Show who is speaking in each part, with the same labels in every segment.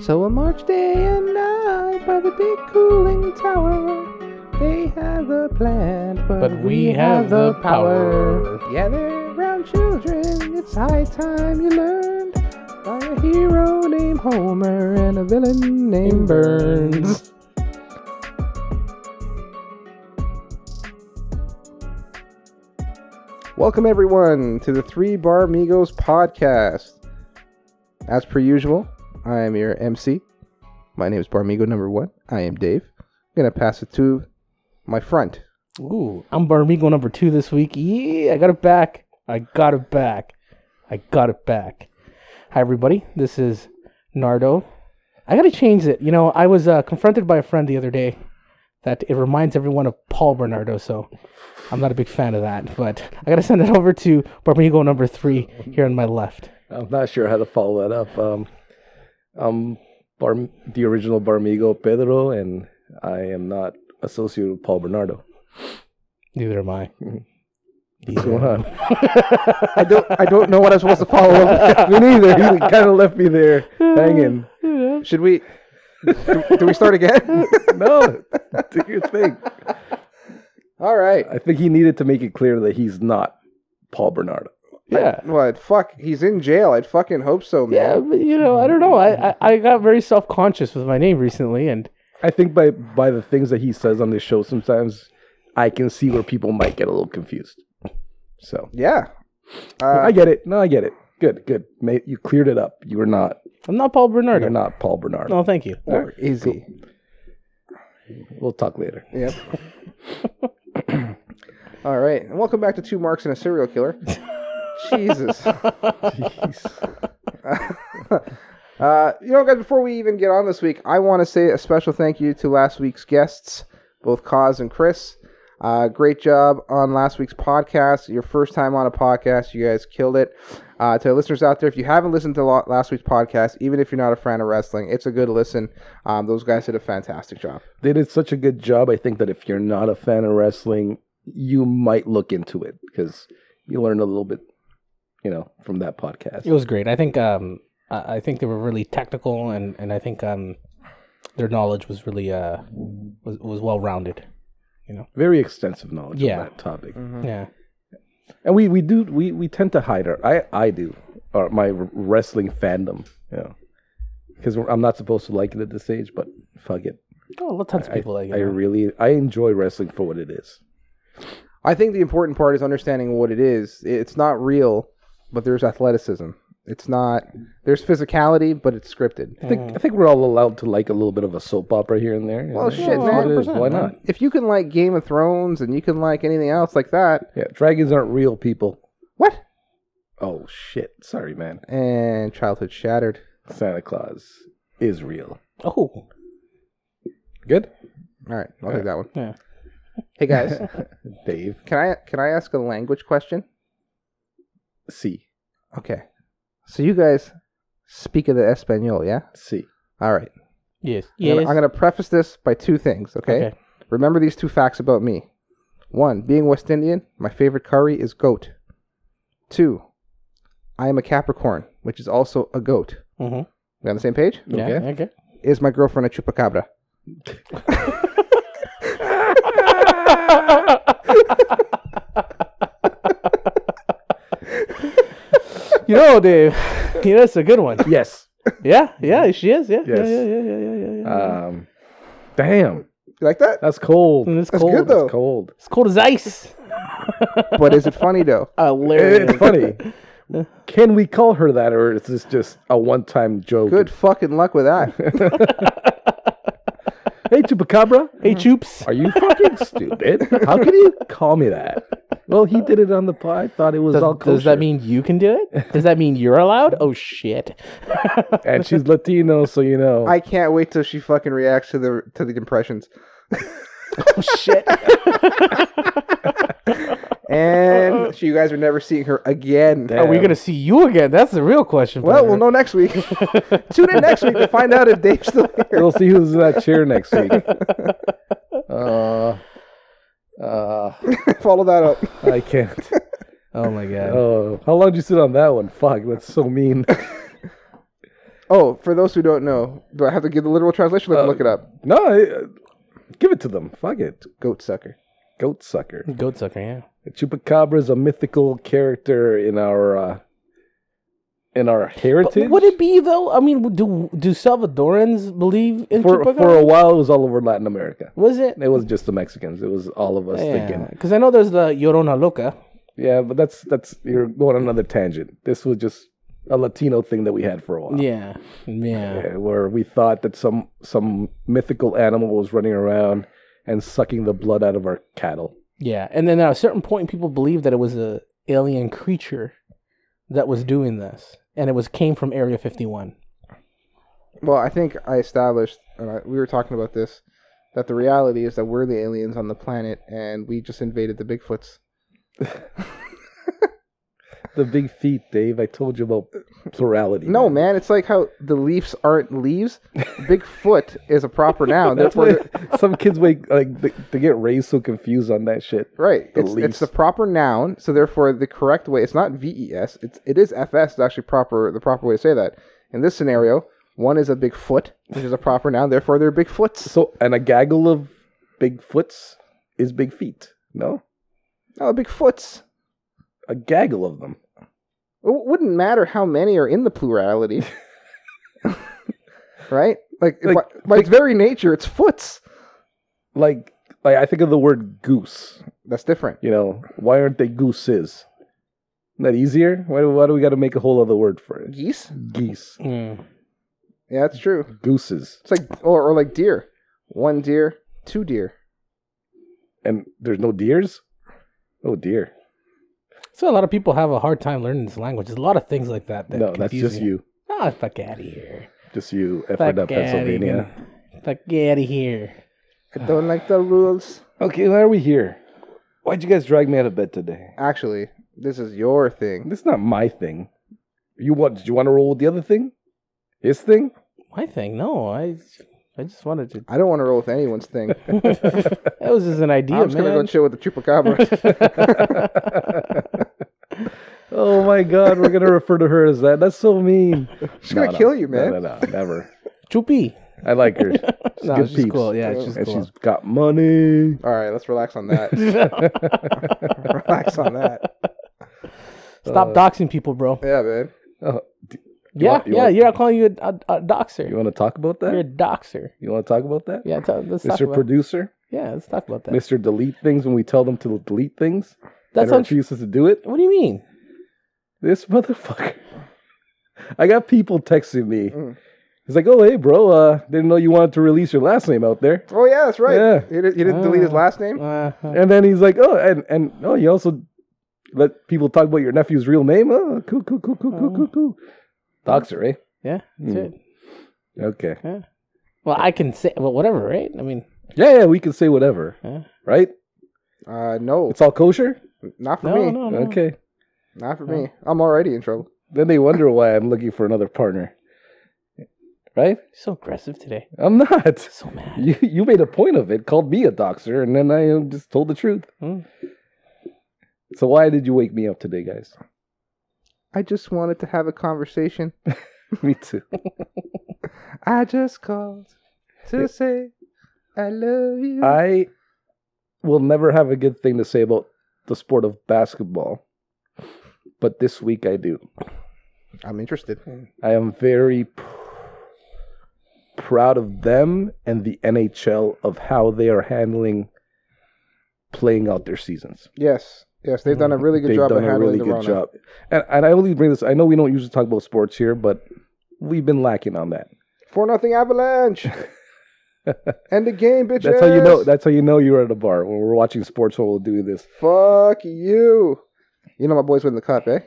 Speaker 1: So a March day and night by the big cooling tower. They have the plant, but,
Speaker 2: But we have the power.
Speaker 1: Yeah, they're brown children. It's high time you learned by a hero named Homer and a villain named Burns. Welcome, everyone, to the Three Bar Migos podcast. As per usual, I am your MC. My name is Barmigo number one. I am Dave. I'm going to pass it to my front.
Speaker 2: Ooh, I'm Barmigo number two this week. Yeah, I got it back. I got it back. I got it back. Hi, everybody. This is Nardo. I got to change it. You know, I was uh, confronted by a friend the other day that it reminds everyone of Paul Bernardo, so I'm not a big fan of that. But I got to send it over to Barmigo number three here on my left.
Speaker 3: I'm not sure how to follow that up. Um, I'm Bar- the original Barmigo Pedro, and I am not associated with Paul Bernardo.
Speaker 2: Neither am I.
Speaker 3: What's going on?
Speaker 1: I don't, I don't know what I'm supposed to follow up with either. You kind of left me there hanging. Should we? Do, do we start again?
Speaker 3: no, do your thing.
Speaker 1: All right.
Speaker 3: I think he needed to make it clear that he's not Paul Bernardo.
Speaker 2: Yeah.
Speaker 1: What? Fuck. He's in jail. I'd fucking hope so, man.
Speaker 2: Yeah, but, you know, I don't know. I, I, I got very self conscious with my name recently, and
Speaker 3: I think by by the things that he says on this show, sometimes I can see where people might get a little confused. So
Speaker 1: Yeah. Uh,
Speaker 3: I get it. No, I get it. Good, good. May, you cleared it up. You were not.
Speaker 2: I'm not Paul Bernardo.
Speaker 3: You're not Paul Bernardo.
Speaker 2: No, Oh, thank you.
Speaker 1: Or is he?
Speaker 3: We'll talk later.
Speaker 1: Yep. All right. And welcome back to Two Marks and a Serial Killer. Jesus.
Speaker 3: Jeez.
Speaker 1: Uh, you know, guys, before we even get on this week, I want to say a special thank you to last week's guests, both Cause and Chris. Uh, great job on last week's podcast. Your first time on a podcast, you guys killed it. Uh, to listeners out there, if you haven't listened to lo- last week's podcast, even if you're not a fan of wrestling, it's a good listen. Um, those guys did a fantastic job.
Speaker 3: they did such a good job. I think that if you're not a fan of wrestling, you might look into it because you learned a little bit, you know, from that podcast.
Speaker 2: It was great. I think um I I think they were really technical and and I think um their knowledge was really uh was was well rounded.
Speaker 3: Very extensive knowledge
Speaker 2: Yeah.
Speaker 3: on that topic,
Speaker 2: Yeah.
Speaker 3: and we we do we we tend to hide our I I do our my wrestling fandom, you know, because I'm not supposed to like it at this stage, but fuck it.
Speaker 2: Oh, tons of
Speaker 3: I,
Speaker 2: people like
Speaker 3: I
Speaker 2: it.
Speaker 3: really I enjoy wrestling for what it is.
Speaker 1: I think the important part is understanding what it is. It's not real, but there's athleticism. It's not there's physicality, but it's scripted.
Speaker 3: I
Speaker 2: Mm.
Speaker 3: think I think we're all allowed to like a little bit of a soap opera here and there. you
Speaker 1: Well,
Speaker 3: know?
Speaker 1: Oh, shit,
Speaker 3: It's what
Speaker 1: man.
Speaker 3: it is. Why
Speaker 2: 100%, man.
Speaker 3: not?
Speaker 1: If you can like Game of Thrones and you can like anything else like that,
Speaker 3: Yeah, dragons aren't real people.
Speaker 1: what?
Speaker 3: Oh shit! Sorry, man.
Speaker 1: And childhood shattered.
Speaker 3: Santa Claus is real.
Speaker 2: Oh.
Speaker 3: Good,
Speaker 1: All right, I'll take that one.
Speaker 2: Yeah.
Speaker 1: Hey guys,
Speaker 3: Dave.
Speaker 1: can I can I ask a language question?
Speaker 3: C
Speaker 1: Okay. So you guys speak of the Espanol, yeah?
Speaker 3: C.
Speaker 1: All right.
Speaker 2: Yes.
Speaker 1: I'm gonna-
Speaker 2: Yes.
Speaker 1: I'm going to preface this by two things, okay?
Speaker 2: Okay.
Speaker 1: Remember these two facts about me. One, being West Indian, my favorite curry is goat. Two, I am a Capricorn, which is also a goat.
Speaker 2: Mhm.
Speaker 1: We on the same page?
Speaker 2: Yeah.
Speaker 3: Okay.
Speaker 2: Okay.
Speaker 1: Is my girlfriend a chupacabra?
Speaker 2: you know, Dave. You know, that's a good one.
Speaker 3: Yes.
Speaker 2: Yeah. Yeah. She is. Yeah.
Speaker 3: Yes.
Speaker 2: Yeah. Yeah. Yeah. Yeah. Yeah. yeah, yeah.
Speaker 1: Mm-hmm.
Speaker 3: Um, damn,
Speaker 1: You like that?
Speaker 3: that's cold.
Speaker 2: and it's
Speaker 1: that's
Speaker 2: cold.
Speaker 1: good, though.
Speaker 3: It's cold.
Speaker 2: It's cold as ice.
Speaker 1: but is it funny though?
Speaker 2: Hilarious.
Speaker 3: It's funny. Can we call her that, or is this just a one-time joke?
Speaker 1: Good fucking luck with that.
Speaker 3: Hey, Chupacabra,
Speaker 2: Hey, Choops.
Speaker 3: are you fucking stupid? How can you call me that? Well, he did it on the pod. I thought it was all
Speaker 2: Does,
Speaker 3: kosher.
Speaker 2: does that mean you can do it? Does that mean you're allowed? Oh shit!
Speaker 3: And she's Latino, so you know.
Speaker 1: I can't wait till she fucking reacts to the to the impressions.
Speaker 2: Oh shit!
Speaker 1: And she, you guys are never seeing her again.
Speaker 3: Damn.
Speaker 2: Are we gonna see you again? That's the real question.
Speaker 1: Well,
Speaker 2: Peter.
Speaker 1: we'll know next week. Tune in next week to find out if Dave's still here.
Speaker 3: We'll see who's in that chair next week. Uh, uh,
Speaker 1: Follow that up.
Speaker 3: I can't.
Speaker 2: Oh my god!
Speaker 3: Oh, how long did you sit on that one? Fuck, that's so mean.
Speaker 1: Oh, for those who don't know, do I have to give the literal translation? Let me
Speaker 3: Uh,
Speaker 1: look it up.
Speaker 3: No, I- uh, give it to them. Fuck it.
Speaker 1: Goat sucker.
Speaker 3: Goat sucker.
Speaker 2: Goat sucker, yeah.
Speaker 3: The Chupacabra is a mythical character in our uh, in our
Speaker 2: But
Speaker 3: heritage.
Speaker 2: would it be though? I mean, do do Salvadorans believe in
Speaker 3: for
Speaker 2: Chupacabra?
Speaker 3: for a while? It was all over Latin America.
Speaker 2: Was it?
Speaker 3: It was just the Mexicans. It was all of us thinking.
Speaker 2: Because I know there's the Llorona Loca.
Speaker 3: Yeah, but that's that's you're going on another tangent. This was just a Latino thing that we had for a while.
Speaker 2: Yeah. Yeah.
Speaker 3: Yeah, where we thought that some some mythical animal was running around and sucking the blood out of our cattle.
Speaker 2: Yeah. And then at a certain point, people believed that it was a alien creature that was doing this, and it was came from Area 51.
Speaker 1: Well, I think I established, and I, we were talking about this, that the reality is that we're the aliens on the planet, and we just invaded the Bigfoots.
Speaker 3: The big feet, Dave. I told you about plurality.
Speaker 1: No, man, it's like how the leaves aren't leaves. Bigfoot is a proper noun.
Speaker 3: That's
Speaker 1: Therefore,
Speaker 3: why some kids make like they, they get raised so confused on that shit.
Speaker 1: Right.
Speaker 3: The
Speaker 1: it's, it's
Speaker 3: least.
Speaker 1: the proper noun, so therefore the correct way. It's not VES. It's it is FS. Is actually proper the proper way to say that. In this scenario, one is a big foot, which is a proper noun. Therefore, they're big foots.
Speaker 3: So, and a gaggle of big foots is big feet. No,
Speaker 1: No, big foots.
Speaker 3: a gaggle of them.
Speaker 1: It w- wouldn't matter how many are in the plurality, right? Like,
Speaker 3: Like-
Speaker 1: by, by its very nature, it's foots.
Speaker 3: Like, like I think of the word goose.
Speaker 1: That's different.
Speaker 3: You know, why aren't they gooses? Isn't that easier? Why do, why do we got to make a whole other word for it?
Speaker 1: Geese.
Speaker 3: Geese,
Speaker 2: Mm.
Speaker 1: Yeah, that's true.
Speaker 3: gooses,
Speaker 1: It's like or, or like deer. One deer, two deer.
Speaker 3: and there's no deers. Oh dear.
Speaker 2: So a lot of people have a hard time learning this language. There's a lot of things like that. that
Speaker 3: no, that's
Speaker 2: confuse
Speaker 3: just you.
Speaker 2: Ah, fuck out of here.
Speaker 3: Just you,
Speaker 2: Fuck
Speaker 3: effing
Speaker 2: outta
Speaker 3: up Pennsylvania.
Speaker 2: here. Fuck out of here.
Speaker 1: I don't like the rules.
Speaker 3: Okay, why are we here? Why'd you guys drag me out of bed today?
Speaker 1: Actually, this is your thing.
Speaker 3: This is not my thing. You want? Did you want to roll with the other thing? His thing?
Speaker 2: My thing, no. I, I just wanted to.
Speaker 1: I don't want to roll with anyone's thing.
Speaker 2: that was just an idea,
Speaker 1: I'm just gonna go
Speaker 2: man.
Speaker 1: chill with the chupacabra.
Speaker 3: oh my god, we're gonna refer to her as that. That's so mean.
Speaker 1: She's gonna kill you, man.
Speaker 3: No, no, no, never.
Speaker 2: Chupi.
Speaker 3: I like her. She's
Speaker 2: No,
Speaker 3: good
Speaker 2: she's
Speaker 3: peeps. Uh,
Speaker 2: cool. Yeah, she's
Speaker 3: and
Speaker 2: cool.
Speaker 3: she's got money.
Speaker 1: All right, let's relax on that. relax on that.
Speaker 2: Stop doxing people, bro.
Speaker 1: Yeah, man.
Speaker 3: Oh, d- Uh, you
Speaker 2: Yeah,
Speaker 3: want- you
Speaker 2: yeah.
Speaker 3: want-
Speaker 2: you're not calling you a, a, a doxer.
Speaker 3: You want to talk about
Speaker 2: You're a
Speaker 3: that?
Speaker 2: doxer.
Speaker 3: You want to talk about that?
Speaker 2: Yeah, tell, let's talk
Speaker 3: Mr.
Speaker 2: about.
Speaker 3: Producer,
Speaker 2: yeah, let's talk about that.
Speaker 3: Mr. Delete things when we tell them to delete things.
Speaker 2: That's
Speaker 3: That's
Speaker 2: on.
Speaker 3: and refuses to do it.
Speaker 2: What do you mean?
Speaker 3: This motherfucker. I got people texting me.
Speaker 1: Mm.
Speaker 3: It's like, oh hey, bro, uh, didn't know you wanted to release your last name out there.
Speaker 1: Oh yeah, that's right.
Speaker 3: Yeah. Ah.
Speaker 1: He, did, he didn't delete his last name.
Speaker 2: Uh,
Speaker 3: And then he's like, oh, and and oh, you also let people talk about your nephew's real name. Oh, cool, cool, cool, cool, cool, cool, cool. Doxer, eh?
Speaker 2: yeah, that's it.
Speaker 3: Mm. Okay.
Speaker 2: Well, I can say, well, whatever, right? I mean,
Speaker 3: Yeah, yeah, we can say whatever,
Speaker 2: Yeah.
Speaker 3: right?
Speaker 1: Uh, no,
Speaker 3: It's all kosher.
Speaker 1: not for
Speaker 2: no,
Speaker 1: me.
Speaker 2: no, no.
Speaker 3: Okay.
Speaker 1: Not for
Speaker 2: No.
Speaker 1: me. I'm already in trouble.
Speaker 3: Then they wonder why I'm looking for another partner, right?
Speaker 2: So aggressive today.
Speaker 3: I'm not.
Speaker 2: So mad.
Speaker 3: You you made a point of it, called me a doxer, and then I uh, just told the truth.
Speaker 2: Hmm.
Speaker 3: So why did you wake me up today, guys?
Speaker 1: I just wanted to have a conversation.
Speaker 3: me too.
Speaker 1: I just called to say I love you.
Speaker 3: I will never have a good thing to say about the sport of basketball, but this week I do.
Speaker 1: I'm interested.
Speaker 3: I am very pr- proud of them and the NHL of how they are handling playing out their seasons.
Speaker 1: Yes, yes, they've done a really good
Speaker 3: They've
Speaker 1: job of
Speaker 3: done a
Speaker 1: handling
Speaker 3: really
Speaker 1: the
Speaker 3: good
Speaker 1: Rona.
Speaker 3: job. And, and I only bring this. I know we don't usually talk about sports here, but we've been lacking on that.
Speaker 1: For nothing avalanche. End the game, bitches.
Speaker 3: That's how you know. That's how you know you're at a bar when we're watching sports while we're doing this.
Speaker 1: Fuck you. You know my boys win the cup, eh?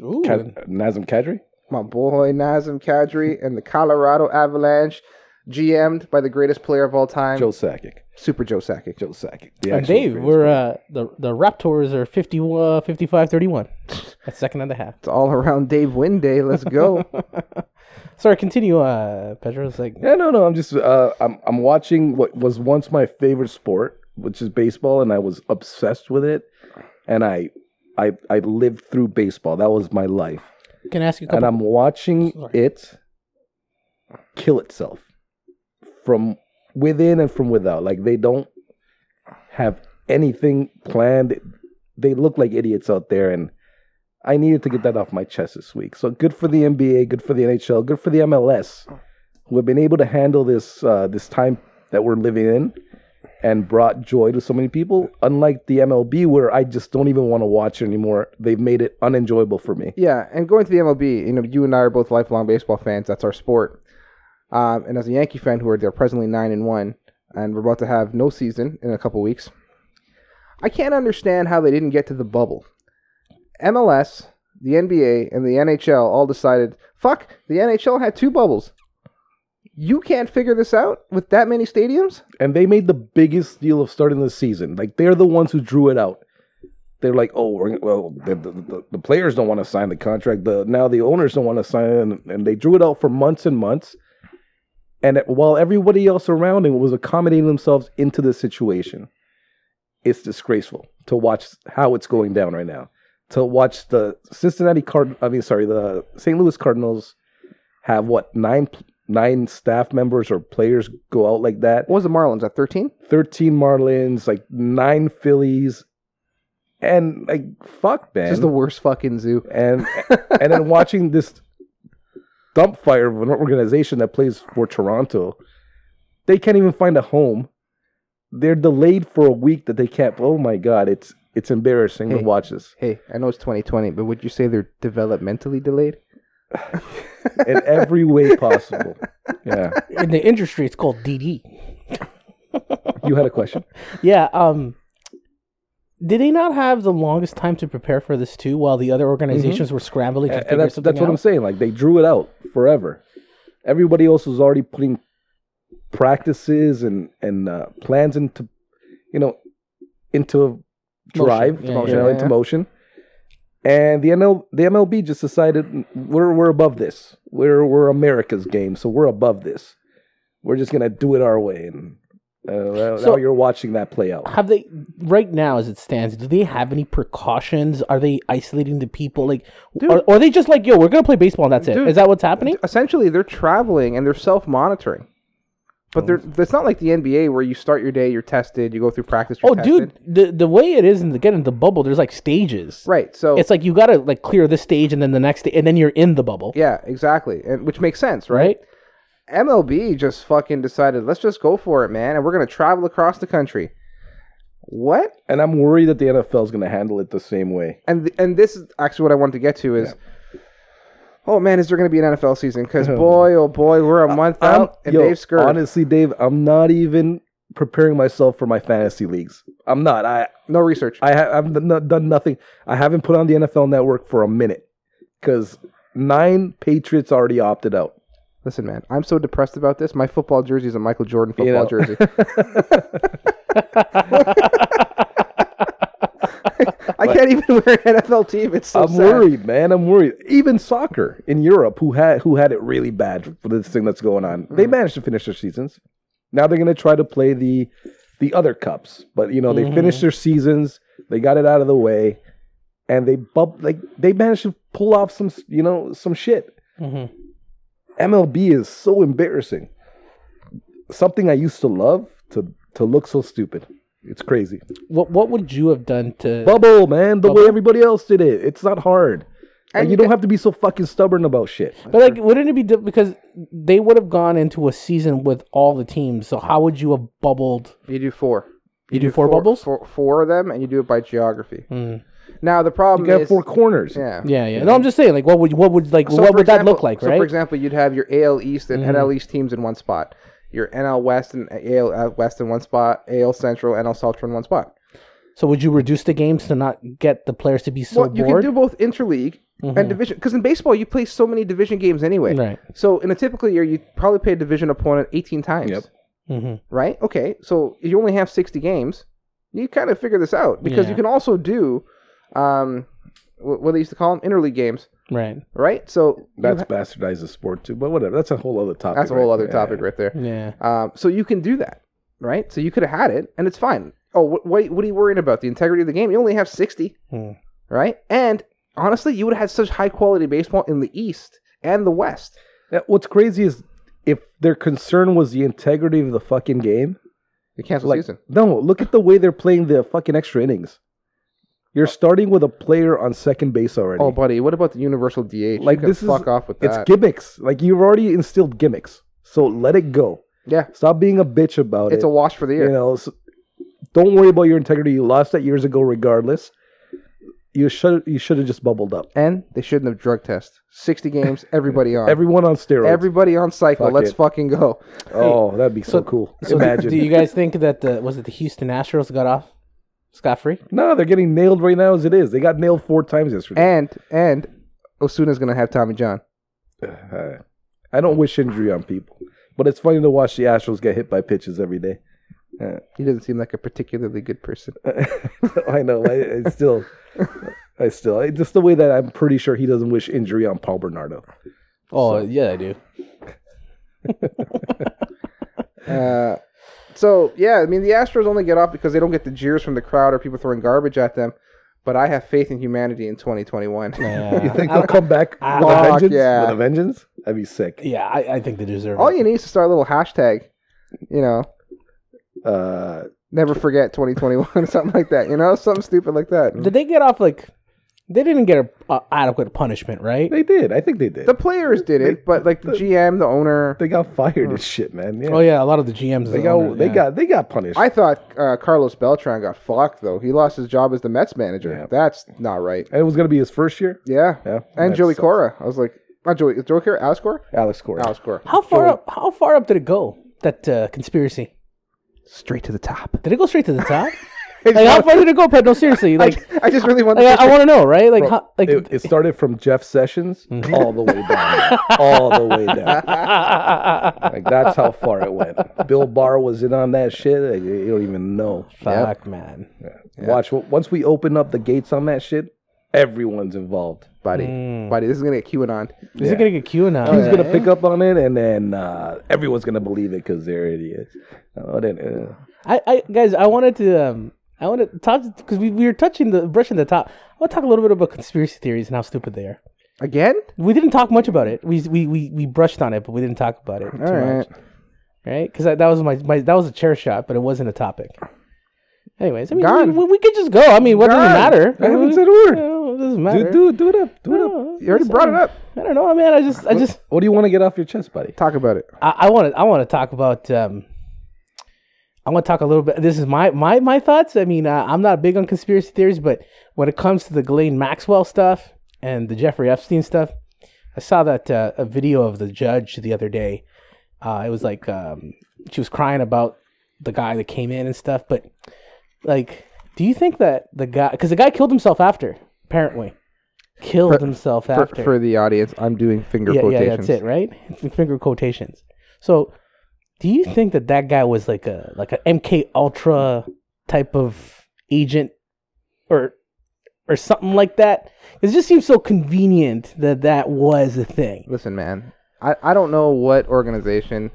Speaker 2: Ooh.
Speaker 3: Ka- Nazem Kadri.
Speaker 1: My boy Nazem Kadri and the Colorado Avalanche, GM'd by the greatest player of all time,
Speaker 3: Joe Sakic.
Speaker 1: Super Joe Sakic.
Speaker 3: Joe Sakic. the
Speaker 2: and
Speaker 3: actual
Speaker 2: Dave,
Speaker 3: greatest
Speaker 2: we're
Speaker 3: player.
Speaker 2: uh, the the Raptors are 50, uh, 55 31. That's second and a half.
Speaker 1: It's all around Dave Win Day. Let's go.
Speaker 2: Sorry, continue, uh, Pedro. It's like,
Speaker 3: Yeah, no, no. I'm just uh, I'm I'm watching what was once my favorite sport, which is baseball, and I was obsessed with it, and I I I lived through baseball. That was my life.
Speaker 2: Can I ask you a
Speaker 3: and
Speaker 2: couple?
Speaker 3: I'm watching
Speaker 2: Sorry.
Speaker 3: it kill itself from within and from without. Like they don't have anything planned. They look like idiots out there, and I needed to get that off my chest this week. So good for the NBA, good for the NHL, good for the MLS, who have been able to handle this uh, this time that we're living in. And brought joy to so many people. Unlike the MLB, where I just don't even want to watch it anymore. They've made it unenjoyable for me.
Speaker 1: Yeah, and going to the MLB, you know, you and I are both lifelong baseball fans. That's our sport. Um, and as a Yankee fan, who are they're presently nine and one, and we're about to have no season in a couple weeks. I can't understand how they didn't get to the bubble. MLS, the NBA, and the NHL all decided, fuck, the NHL had two bubbles. You can't figure this out with that many stadiums?
Speaker 3: and they made the biggest deal of starting the season. Like they're the ones who drew it out. They're like, oh, we're, well, the, the, the, the players don't want to sign the contract. The now the owners don't want to sign, it, and, and they drew it out for months and months. And it- while everybody else around him was accommodating themselves into the situation, it's disgraceful to watch how it's going down right now. To watch the Cincinnati Card, I mean, sorry, the St. Louis Cardinals have what nine nine staff members or players go out like that.
Speaker 1: What was the Marlins at 13?
Speaker 3: 13 Marlins, like nine Phillies, and like fuck, man.
Speaker 1: This is the worst fucking zoo.
Speaker 3: and and then watching this dump fire of an organization that plays for Toronto, they can't even find a home. They're delayed for a week that they can't. Oh my god, it's it's embarrassing to
Speaker 1: Hey.
Speaker 3: watch this.
Speaker 1: Hey, I know it's 2020, but would you say they're developmentally delayed?
Speaker 3: in every way possible. Yeah,
Speaker 2: In the industry, it's called DD.
Speaker 3: you had a question.
Speaker 2: Yeah. Um. Did they not have the longest time to prepare for this too, while the other organizations were scrambling to
Speaker 3: Mm-hmm. and,
Speaker 2: figure
Speaker 3: that's
Speaker 2: something
Speaker 3: that's what I'm
Speaker 2: out?
Speaker 3: saying. Like they drew it out forever. Everybody else was already putting practices and and uh, plans into you know into drive
Speaker 2: Yeah,
Speaker 3: you
Speaker 1: yeah,
Speaker 3: know,
Speaker 1: yeah.
Speaker 3: into motion. And the NL the MLB just decided we're we're above this. We're we're America's game, so we're above this. We're just gonna do it our way, and uh,
Speaker 2: So-
Speaker 3: now you're watching that play out.
Speaker 2: Have they right now, as it stands, do they have any precautions? Are they isolating the people? Like, are, or are they just like, yo, we're gonna play baseball and that's it?
Speaker 1: Dude.
Speaker 2: Is that what's happening?
Speaker 1: essentially they're traveling and they're self-monitoring. But they're, it's not like the NBA where you start your day, you're tested, you go through practice. You're
Speaker 2: Oh,
Speaker 1: tested.
Speaker 2: dude, the the way it is, and get in the bubble, there's like stages.
Speaker 1: Right. So
Speaker 2: It's like you gotta like clear this stage and then the next, sta- and then you're in the bubble,
Speaker 1: yeah, exactly, and which makes sense, right?
Speaker 2: right?
Speaker 1: MLB just fucking decided, let's just go for it, man, and we're gonna travel across the country. What?
Speaker 3: And I'm worried that the NFL is gonna handle it the same way.
Speaker 1: And th- and this is actually what I wanted to get to is. Oh man, is there going to be an NFL season? Because boy, oh boy, we're a month
Speaker 3: I'm-
Speaker 1: out, and
Speaker 3: yo,
Speaker 1: Dave Skirt.
Speaker 3: Honestly, Dave, I'm not even preparing myself for my fantasy leagues. I'm not. I
Speaker 1: no research.
Speaker 3: I have I've done no- done nothing. I haven't put on the NFL Network for a minute because nine Patriots already opted out.
Speaker 1: Listen, man, I'm so depressed about this. My football jersey is a Michael Jordan football
Speaker 3: You know.
Speaker 1: jersey. I can't even wear an NFL team. It's so
Speaker 3: I'm
Speaker 1: sad.
Speaker 3: worried, man. I'm worried. Even soccer in Europe, who had who had it really bad for this thing that's going on,
Speaker 1: Mm-hmm.
Speaker 3: they managed to finish their seasons. Now they're going to try to play the the other cups, but you know
Speaker 1: Mm-hmm.
Speaker 3: they finished their seasons. They got it out of the way, and they bub like they managed to pull off some s- you know some shit.
Speaker 1: Mm-hmm.
Speaker 2: Mhm.
Speaker 3: MLB is so embarrassing. Something I used to love to to look so stupid. It's crazy.
Speaker 2: What what would you have done to?
Speaker 3: Bubble, man, the way everybody else did it. It's not hard.
Speaker 1: And
Speaker 3: And
Speaker 1: you
Speaker 3: you don't have to be so fucking stubborn about shit.
Speaker 2: But like, wouldn't it be diff- because they would have gone into a season with all the teams? So how would you have bubbled?
Speaker 1: You do four.
Speaker 2: You, do, four, bubbles. Hmm.
Speaker 1: Four, four of them, and you do it by geography. Now the problem
Speaker 3: You got
Speaker 1: is,
Speaker 3: four corners.
Speaker 1: yeah,
Speaker 2: Yeah, yeah. No, I'm just saying, like, what would what would like
Speaker 1: So
Speaker 2: what
Speaker 1: for
Speaker 2: would that
Speaker 1: example-
Speaker 2: look like,
Speaker 1: so
Speaker 2: right? Mm-hmm.
Speaker 1: for example, you'd have your AL East and NL East teams in one spot. Your NL West and AL uh, West in one spot. AL Central, NL Central in one spot.
Speaker 2: so would you reduce the games to not get the players to be so
Speaker 1: Well, you can
Speaker 2: bored? Mm-hmm.
Speaker 1: do both interleague and division because in baseball you play so many division games anyway.
Speaker 2: Right.
Speaker 1: So in a typical year, you probably play a division opponent eighteen times.
Speaker 3: Yep.
Speaker 2: Mhm.
Speaker 1: right? Okay, so you only have 60 games. You kind of figure this out because you
Speaker 2: Yeah.
Speaker 1: can also do, um, wh- what they used to call them, interleague games,
Speaker 2: Right.
Speaker 1: right? So you
Speaker 3: That's
Speaker 1: ha-
Speaker 3: bastardized the sport too, but whatever. That's a whole other topic.
Speaker 1: that's a whole
Speaker 3: right
Speaker 1: other
Speaker 3: there.
Speaker 1: topic right there.
Speaker 2: Yeah.
Speaker 1: Um, so you can do that, right? So you could have had it, and it's fine. Oh, what, what what are you worrying about? The integrity of the game? You only have 60,
Speaker 2: Hmm.
Speaker 1: right? And honestly, you would have had such high quality baseball in the East and the West.
Speaker 3: Yeah, What's crazy is if their concern was the integrity of the fucking game,
Speaker 1: They canceled
Speaker 3: like
Speaker 1: season.
Speaker 3: no, look at the way they're playing the fucking extra innings. You're starting with a player on second base already.
Speaker 1: Oh, buddy, what about the universal DH?
Speaker 3: Like,
Speaker 1: you can
Speaker 3: this is-
Speaker 1: fuck off with
Speaker 3: it's
Speaker 1: that.
Speaker 3: gimmicks. Like you've already instilled gimmicks, so let it go.
Speaker 1: yeah,
Speaker 3: Stop being a bitch about
Speaker 1: it's
Speaker 3: it.
Speaker 1: a wash for the year.
Speaker 3: you know, s don't worry about your integrity. You lost that years ago, regardless. You should you should have just bubbled up.
Speaker 1: and they shouldn't have drug test. Sixty games, everybody on,
Speaker 3: Everyone on steroids.
Speaker 1: everybody on cycle.
Speaker 3: Fuck
Speaker 1: Let's
Speaker 3: it.
Speaker 1: fucking go.
Speaker 3: oh, that'd be so,
Speaker 2: So-
Speaker 3: cool.
Speaker 2: So
Speaker 3: Imagine.
Speaker 2: do you guys think that the was it the Houston Astros got off scot free?
Speaker 3: no, they're getting nailed right now as it is. They got nailed four times yesterday.
Speaker 1: And and Osuna's gonna have Tommy John.
Speaker 3: Uh, I don't wish injury on people, but it's funny to watch the Astros get hit by pitches every day.
Speaker 1: He doesn't seem like a particularly good person.
Speaker 3: I know. I, I still, I still, I, just the way that I'm pretty sure he doesn't wish injury on Paul Bernardo.
Speaker 2: Oh yeah, I do.
Speaker 1: Uh, so yeah, I mean the Astros only get off because they don't get the jeers from the crowd or people throwing garbage at them. But I have faith in humanity in 2021.
Speaker 2: Yeah,
Speaker 3: You think
Speaker 2: I,
Speaker 3: they'll come back
Speaker 2: I-
Speaker 3: with a
Speaker 1: Fuck
Speaker 3: vengeance?
Speaker 1: yeah.
Speaker 3: With a vengeance? That'd be sick.
Speaker 2: yeah, I, I think they deserve
Speaker 3: Oh,
Speaker 1: All
Speaker 2: it.
Speaker 1: you need is to start a little hashtag, you know,
Speaker 3: Uh,
Speaker 1: never forget 2021 or something like that. You know, something stupid like that.
Speaker 2: Did they get off like they didn't get a, a adequate punishment, right?
Speaker 3: they did. I think they did.
Speaker 1: The players did it, but like the GM, the owner.
Speaker 3: they got
Speaker 1: Hmm.
Speaker 3: fired and shit, man. Yeah.
Speaker 2: Oh yeah, a lot of the GMs.
Speaker 3: They
Speaker 2: is
Speaker 3: got,
Speaker 2: on it,
Speaker 3: they
Speaker 2: yeah.
Speaker 3: got, they got punished.
Speaker 1: Oh, I thought uh, Carlos Beltran got fucked though. He lost his job as the Mets manager.
Speaker 3: Yeah.
Speaker 1: That's not right.
Speaker 3: and it was gonna be his first year.
Speaker 1: Yeah.
Speaker 3: Yeah.
Speaker 1: And
Speaker 3: that
Speaker 1: Joey
Speaker 3: sucks.
Speaker 1: Cora. I was like, not Joey. Is Joey Cora? Alex Cora?
Speaker 3: Alex Cora.
Speaker 1: Alex Cora.
Speaker 2: How far up? How far up did it go? That uh, conspiracy.
Speaker 1: Straight to the top.
Speaker 2: Did it go straight to the top? like how far did it go, Pet? No, seriously. Like,
Speaker 1: I just really want.
Speaker 2: like, I, want to know, right? Like,
Speaker 3: Bro,
Speaker 2: how, like
Speaker 3: it, it started from Jeff Sessions
Speaker 1: Mm-hmm.
Speaker 3: all the way down, all the way down. Like that's how far it went. Bill Barr was in on that shit. Like, you don't even know.
Speaker 2: fuck, man.
Speaker 3: Watch w- once we open up the gates on that shit, everyone's involved.
Speaker 1: buddy.
Speaker 2: Mm.
Speaker 1: Buddy, this is gonna get QAnon.
Speaker 2: Is it gonna get QAnon?
Speaker 3: Who's gonna pick up on it, and then uh, everyone's gonna believe it because they're idiots. Oh, then, uh,
Speaker 2: I, I guys, I wanted to, um, I wanted to talk because we, we were touching the brushing the top. I want to talk a little bit about conspiracy theories and how stupid they are.
Speaker 1: Again?
Speaker 2: We didn't talk much about it. We we we, we brushed on it, but we didn't talk about it too
Speaker 1: All right.
Speaker 2: much, right? Because that that was my, my that was a chair shot, but it wasn't a topic. Anyways, I mean,
Speaker 1: Gone.
Speaker 2: we, we could just go. I mean, what does it
Speaker 1: Gone.
Speaker 2: matter? Mm-hmm.
Speaker 3: I haven't said a word.
Speaker 2: It doesn't
Speaker 3: do,
Speaker 2: matter.
Speaker 3: do, do it up, do it up.
Speaker 2: No,
Speaker 1: You already brought it up.
Speaker 2: I don't know, man. I just I just
Speaker 3: What do you want to get off your chest, buddy?
Speaker 1: Talk about it.
Speaker 2: I- I want to I want to talk about um I want to talk a little bit. This is my my my thoughts. I mean, uh, I'm not big on conspiracy theories, but when it comes to the Ghislaine Maxwell stuff and the Jeffrey Epstein stuff, I saw that uh, a video of the judge the other day. Uh, it was like um, she was crying about the guy that came in and stuff. But like, do you think that the guy? Because the guy killed himself after apparently killed himself
Speaker 1: For,
Speaker 2: after
Speaker 1: for the audience, I'm doing finger quotations.
Speaker 2: that's it, right? F- Finger quotations. So, do you think that that guy was like a like a MK Ultra type of agent, or or something like that? It just seems so convenient that that was a thing.
Speaker 1: Listen, man, I, I don't know what organization,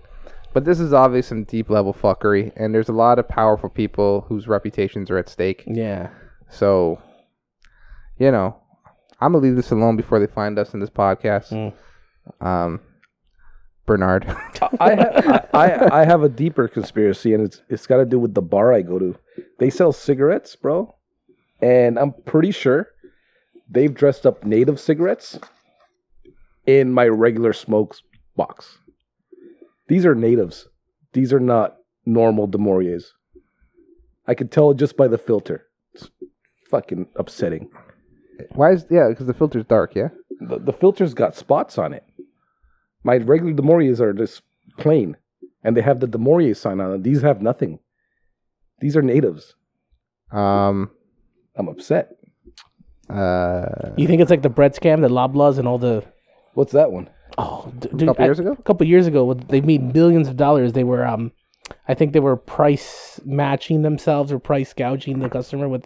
Speaker 1: but this is obviously some deep level fuckery, and there's a lot of powerful people whose reputations are at stake.
Speaker 2: Yeah.
Speaker 1: So, you know, I'm gonna leave this alone before they find us in this podcast.
Speaker 2: Mm.
Speaker 1: Um, Bernard,
Speaker 3: I, ha- I, I I have a deeper conspiracy, and it's it's got to do with the bar I go to. They sell cigarettes, bro, and I'm pretty sure they've dressed up native cigarettes in my regular smokes box. These are natives. These are not normal Demoriers. I could tell just by the filter. It's fucking upsetting.
Speaker 1: why is yeah? Because the filter's dark, yeah.
Speaker 3: The, the filter's got spots on it. My regular Demorias are just plain, and they have the Demorias sign on it. These have nothing. These are natives.
Speaker 1: Um,
Speaker 3: I'm upset.
Speaker 1: uh,
Speaker 2: You think it's like the bread scam that Loblaws and all the
Speaker 3: What's that one?
Speaker 2: oh d- dude,
Speaker 1: Couple
Speaker 2: I-
Speaker 1: years ago?
Speaker 2: couple years ago when they made billions of dollars. They were um, I think they were price matching themselves or price gouging the customer with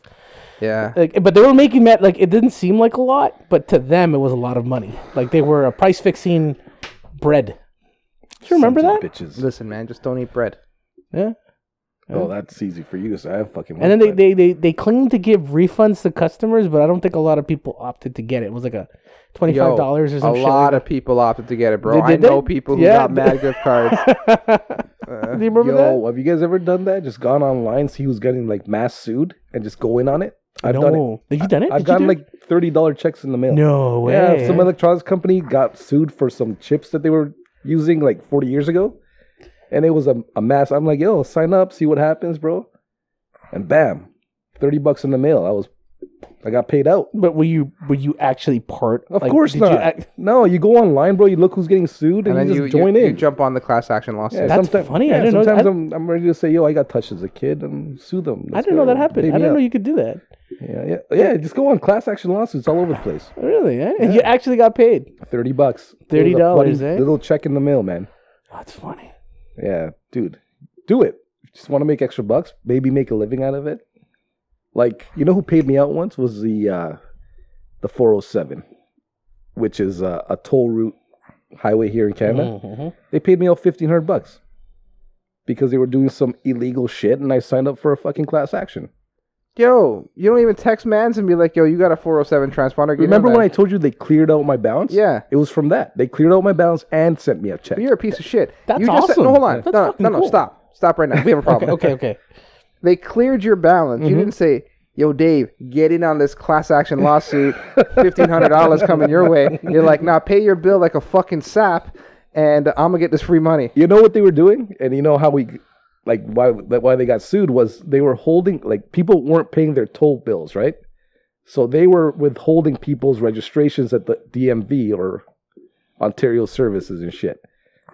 Speaker 1: yeah.
Speaker 2: like, but they were making that like it didn't seem like a lot, but to them it was a lot of money. Like they were a price fixing bread. Do you remember
Speaker 3: Sons
Speaker 2: that?
Speaker 3: of Bitches.
Speaker 1: Listen, man, just don't eat bread.
Speaker 2: Yeah.
Speaker 3: Oh, that's easy for you to say. I have fucking.
Speaker 2: And then they,
Speaker 3: website.
Speaker 2: they, they, they claim to give refunds to customers, but I don't think a lot of people opted to get it. It was like a twenty
Speaker 1: Yo,
Speaker 2: five dollars or
Speaker 1: a
Speaker 2: some shit.
Speaker 1: lot of people opted to get it, bro.
Speaker 2: Did- did
Speaker 1: I know
Speaker 2: they?
Speaker 1: people who
Speaker 2: Yeah.
Speaker 1: got mad gift cards. Uh,
Speaker 2: Do you remember
Speaker 3: Yo, have you guys ever done that? Just gone online, see who's getting like mass sued, and just go in on it.
Speaker 2: that?
Speaker 3: I've done it.
Speaker 2: no. Did you done it?
Speaker 3: I've
Speaker 2: Did you
Speaker 3: gotten
Speaker 2: do it?
Speaker 3: like thirty dollar checks in the mail.
Speaker 2: no way.
Speaker 3: Yeah, some electronics company got sued for some chips that they were using like 40 years ago. And it was a, a mess. I'm like, yo, sign up, see what happens, bro. And bam, 30 bucks in the mail. I was, I got paid out.
Speaker 2: but were you were you actually part?
Speaker 3: Of
Speaker 2: like,
Speaker 3: course
Speaker 2: did you
Speaker 3: not.
Speaker 2: act-
Speaker 3: no, you go online, bro. You look who's getting sued and,
Speaker 1: and then
Speaker 3: you
Speaker 1: you,
Speaker 3: just
Speaker 1: you-
Speaker 3: join
Speaker 1: you
Speaker 3: in.
Speaker 1: jump on the class action lawsuit.
Speaker 2: That's
Speaker 3: sometime-
Speaker 2: funny. I
Speaker 3: Yeah,
Speaker 2: didn't know-
Speaker 3: sometimes
Speaker 2: I-
Speaker 3: I'm, I'm ready to say, yo, I got touched as a kid and sue them.
Speaker 2: I
Speaker 3: Let's
Speaker 2: didn't know
Speaker 3: go.
Speaker 2: that happened.
Speaker 3: Pay
Speaker 2: I
Speaker 3: me
Speaker 2: didn't know
Speaker 3: out.
Speaker 2: you could do that.
Speaker 3: Yeah, yeah, yeah. Just go on class action lawsuits all over the place.
Speaker 2: Really? eh? And you actually got paid.
Speaker 3: 30 bucks. It was a
Speaker 2: $30,
Speaker 3: bloody
Speaker 2: eh?
Speaker 3: Little check in the mail, man.
Speaker 2: That's funny.
Speaker 3: Yeah, dude, do it. Just want to make extra bucks, maybe make a living out of it. Like you know who paid me out once was the uh, the 407, which is uh, a toll route highway here in Canada.
Speaker 1: Mm.
Speaker 3: They paid me out 1500 bucks because they were doing some illegal shit, and I signed up for a fucking class action.
Speaker 1: Yo, you don't even text Mans and be like, yo, you got a 407 transponder. Get
Speaker 3: Remember
Speaker 1: in on
Speaker 3: when I
Speaker 1: that.
Speaker 3: told you they cleared out my balance?
Speaker 1: Yeah.
Speaker 3: it was from that. They cleared out my balance and sent me a check.
Speaker 1: You're a piece of shit.
Speaker 2: That's
Speaker 1: you just Said,
Speaker 2: awesome.
Speaker 1: no, hold on.
Speaker 2: That's
Speaker 1: no, no,
Speaker 2: fucking
Speaker 1: no, no,
Speaker 2: cool.
Speaker 1: stop. Stop right now. We have a problem.
Speaker 2: Okay, Mm-hmm. okay.
Speaker 1: They cleared your balance. You didn't say, yo, Dave, get in on this class action lawsuit. $1,500 coming your way. You're like, nah, pay your bill like a fucking sap, and I'm going to get this free money.
Speaker 3: You know what they were doing, and you know how we, like, why that why they got sued was they were holding like people weren't paying their toll bills, right? So they were withholding people's registrations at the DMV or Ontario Services and shit,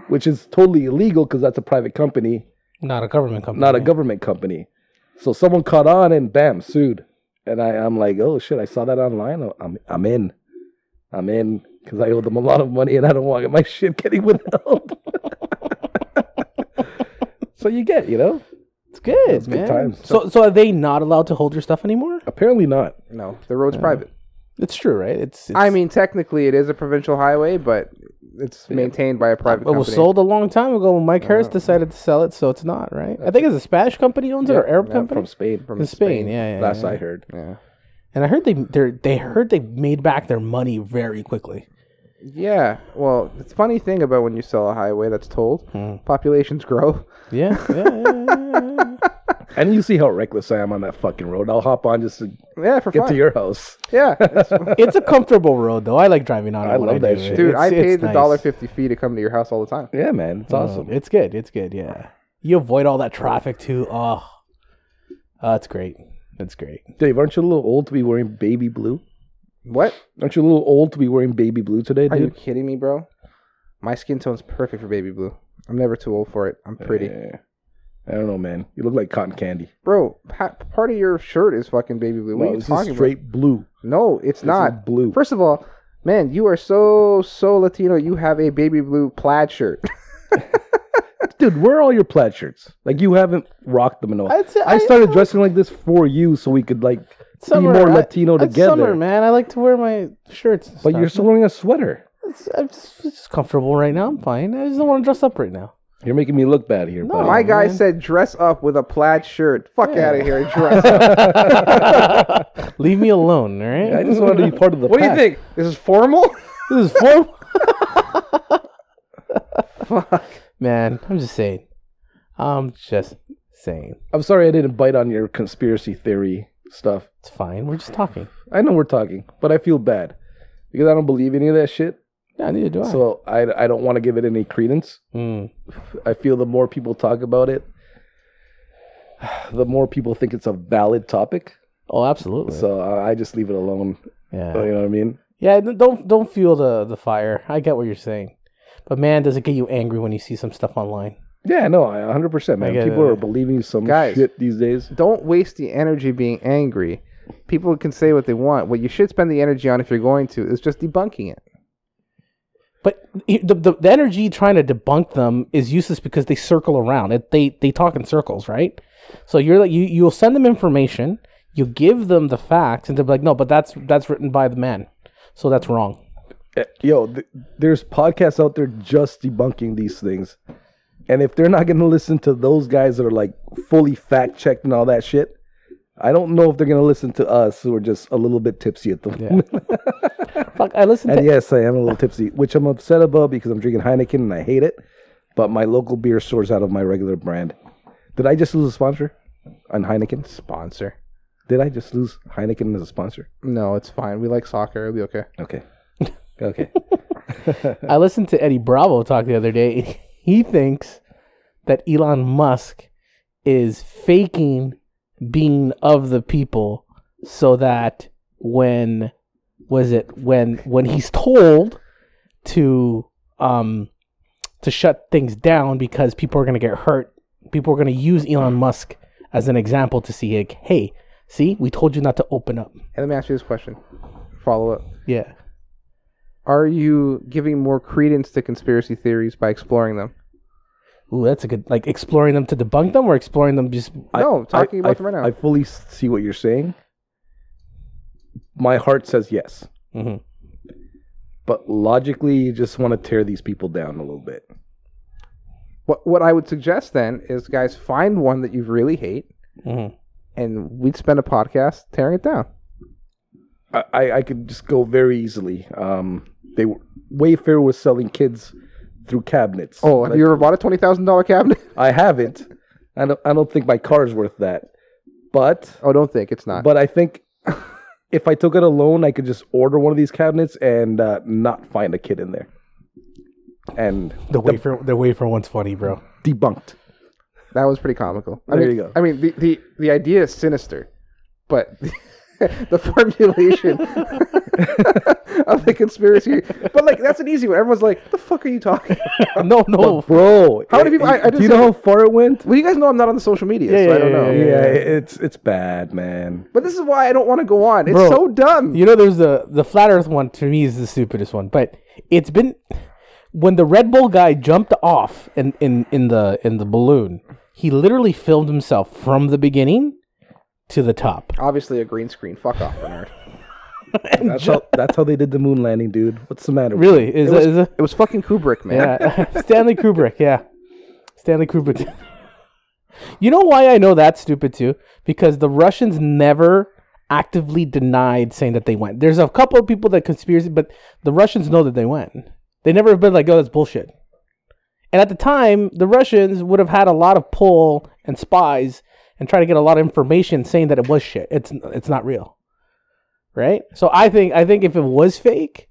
Speaker 3: which is totally illegal because that's a private company,
Speaker 2: Not a government company.
Speaker 3: not a government company. So someone caught on and bam, sued. And I, I'm like, oh shit, I saw that online. I'm, I'm in. I'm in because I owe them a lot of money and I don't want my shit getting withheld. so you get, you know?
Speaker 2: It's good,
Speaker 3: It's
Speaker 2: man.
Speaker 3: good times.
Speaker 2: So, so are they not allowed to hold your stuff anymore?
Speaker 3: Apparently not.
Speaker 1: No, the road's private.
Speaker 2: It's true, right? It's. it's
Speaker 1: I mean, technically, it is a provincial highway, but it's maintained by a private
Speaker 2: it
Speaker 1: company.
Speaker 2: was sold a long time ago when Mike Harris decided to sell it, so it's not right. I think it's a Spanish company owns it or Arab company
Speaker 3: From Spain. From
Speaker 2: in Spain. Yeah, yeah.
Speaker 3: Last
Speaker 2: yeah.
Speaker 3: I heard.
Speaker 1: Yeah.
Speaker 2: And I heard they they they heard they made back their money very quickly.
Speaker 1: Yeah. Well, the funny thing about when you sell a highway that's told,
Speaker 3: Hmm.
Speaker 1: populations grow.
Speaker 2: Yeah, yeah, yeah, yeah, yeah.
Speaker 3: And you see how reckless I am on that fucking road. I'll hop on just to
Speaker 1: Yeah, for
Speaker 3: get
Speaker 1: fun.
Speaker 3: to your house.
Speaker 1: yeah. It's-
Speaker 2: it's a comfortable road though. I like driving on it.
Speaker 3: I
Speaker 2: when
Speaker 3: love that
Speaker 2: do
Speaker 3: shit.
Speaker 2: it.
Speaker 1: Dude,
Speaker 2: It's-
Speaker 1: I
Speaker 2: it's
Speaker 1: paid the
Speaker 2: nice.
Speaker 1: dollar fifty fee to come to your house all the time.
Speaker 3: Yeah, man.
Speaker 2: Oh,
Speaker 3: It's awesome.
Speaker 2: It's good. It's good. Yeah, you avoid all that traffic too. Oh, oh it's great. It's great.
Speaker 3: Dave, aren't you a little old to be wearing baby blue?
Speaker 1: What?
Speaker 3: Aren't you a little old to be wearing baby blue today,
Speaker 1: Are you
Speaker 3: dude?
Speaker 1: kidding me, bro? My skin tone's perfect for baby blue. I'm never too old for it. I'm pretty,
Speaker 3: Yeah. I don't know, man. You look like cotton candy.
Speaker 1: bro. Pa- part of your shirt is fucking baby blue. What
Speaker 3: No,
Speaker 1: are you
Speaker 3: this is
Speaker 1: talking
Speaker 3: straight blue.
Speaker 1: about? No, it's
Speaker 3: This
Speaker 1: not.
Speaker 3: is blue.
Speaker 1: First of all, man, you are so so Latino. You have a baby blue plaid shirt.
Speaker 3: Dude, where are all your plaid shirts? Like you haven't rocked them in a while.
Speaker 2: I'd say-
Speaker 3: I
Speaker 2: I-
Speaker 3: started dressing like this for you, so we could like be more
Speaker 2: I-
Speaker 3: Latino
Speaker 2: it's
Speaker 3: together.
Speaker 2: Summer, man. I like to wear my shirts. and
Speaker 3: but
Speaker 2: stuff.
Speaker 3: you're still wearing a sweater.
Speaker 2: It's, I'm just, it's just comfortable right now. I'm fine. I just don't want to dress up right now.
Speaker 3: You're making me look bad here. buddy.
Speaker 1: My guy
Speaker 2: man.
Speaker 1: said, "Dress up with a plaid shirt." Fuck out of here, dress up.
Speaker 2: Leave me alone, all right?
Speaker 3: I just wanted to be part of the.
Speaker 1: What do you
Speaker 3: pack.
Speaker 1: think? This is formal?
Speaker 2: This is form. Man, I'm just saying. I'm just saying.
Speaker 3: I'm sorry I didn't bite on your conspiracy theory stuff.
Speaker 2: It's fine. We're just talking.
Speaker 3: I know we're talking, but I feel bad because I don't believe any of that shit.
Speaker 2: Yeah, neither do I.
Speaker 3: So I, I don't want to give it any credence.
Speaker 2: Mm.
Speaker 3: I feel the more people talk about it, the more people think it's a valid topic.
Speaker 2: Oh, absolutely.
Speaker 3: So uh, I just leave it alone.
Speaker 2: yeah.
Speaker 3: You know what I mean?
Speaker 2: Yeah. n- Don't don't fuel the the fire. I get what you're saying, but man, does it get you angry when you see some stuff online?
Speaker 3: Yeah, no, I- 100%, man.
Speaker 2: get
Speaker 3: People
Speaker 2: it.
Speaker 3: are believing some
Speaker 1: Guys.
Speaker 3: shit these days.
Speaker 1: Don't waste the energy being angry. People can say what they want. What you should spend the energy on, if you're going to, is just debunking it.
Speaker 2: But i- the, the the energy trying to debunk them is useless because they circle around. It, they they talk in circles, right? So you're like you you'll send them information, you give them the facts, and they're like, no, but that's that's written by the man, so that's wrong.
Speaker 3: Eh, Yo, th- there's podcasts out there just debunking these things. And if they're not going to listen to those guys that are like fully fact checked and all that shit, I don't know if they're going to listen to us who are just a little bit tipsy at the moment.
Speaker 2: Fuck, I listened to
Speaker 3: And yes, I am a little tipsy, which I'm upset about because I'm drinking Heineken and I hate it. But my local beer stores out of my regular brand. Did I just lose a sponsor on Heineken?
Speaker 1: Sponsor.
Speaker 3: Did I just lose Heineken as a sponsor?
Speaker 1: No, it's fine. We like soccer. It'll be okay.
Speaker 3: Okay. Okay.
Speaker 2: I listened to Eddie Bravo talk the other day. He thinks that Elon Musk is faking being of the people so that when was it when when he's told to um to shut things down because people are going to get hurt, people are going to use Elon Musk as an example to see like, hey, see, we told you not to open up.
Speaker 1: And let me ask you this question. Follow up.
Speaker 2: Yeah.
Speaker 1: Are you giving more credence to conspiracy theories by exploring them?
Speaker 2: Ooh, that's a good like exploring them to debunk them or exploring them just
Speaker 1: no, I'm talking
Speaker 3: I-
Speaker 1: about them right now.
Speaker 3: I fully s- see what you're saying. My heart says yes.
Speaker 2: Mhm.
Speaker 3: But logically, you just want to tear these people down a little bit.
Speaker 1: what what I would suggest then is guys find one that you really hate
Speaker 2: Mhm.
Speaker 1: and we'd spend a podcast tearing it down.
Speaker 3: I, I, I could just go very easily. Um, they were, Wayfair was selling kids through cabinets.
Speaker 1: Oh, have
Speaker 3: Like,
Speaker 1: you ever bought a twenty thousand dollar cabinet?
Speaker 3: I haven't. I don't. I don't think my car is worth that. But
Speaker 1: Oh, don't think it's not.
Speaker 3: but I think if I took it alone, I could just order one of these cabinets and uh, not find a kid in there. And
Speaker 2: The wafer, the wafer one's funny, bro.
Speaker 3: debunked.
Speaker 1: that was pretty comical. I
Speaker 3: There
Speaker 1: mean,
Speaker 3: you go.
Speaker 1: I mean, the, the the idea is sinister, but the formulation of the conspiracy. But like, that's an easy one. Everyone's like, "The fuck are you talking?" about?"
Speaker 2: No, Oh, no.
Speaker 3: Bro,
Speaker 1: How many people- I- I
Speaker 3: do
Speaker 1: didn't
Speaker 3: you
Speaker 1: see-
Speaker 3: know how far it went?
Speaker 1: Well, you guys know I'm not on the social media,
Speaker 2: Yeah,
Speaker 1: so I
Speaker 2: yeah,
Speaker 1: don't know.
Speaker 3: Yeah,
Speaker 2: yeah, yeah.
Speaker 3: it's it's bad, man.
Speaker 1: But this is why I don't want to go on. It's
Speaker 2: Bro.
Speaker 1: so dumb.
Speaker 2: You know, there's the the flat Earth one. To me, is the stupidest one. But it's been when the Red Bull guy jumped off in in in the in the balloon. He literally filmed himself from the beginning to the top.
Speaker 1: Obviously, a green screen. Fuck off, Bernard.
Speaker 3: That's how that's how they did the moon landing, dude. What's the matter? with
Speaker 2: Really, is, a, is a,
Speaker 1: It was fucking Kubrick, man.
Speaker 2: yeah. Stanley Kubrick. Yeah, Stanley Kubrick. you know why I know that's stupid too? Because the Russians never actively denied saying that they went. There's a couple of people that conspiracy, but the Russians know that they went. They never have been like, "Oh, that's bullshit." And at the time, the Russians would have had a lot of pull and spies and try to get a lot of information saying that it was shit. It's it's not real, right? So I think I think if it was fake,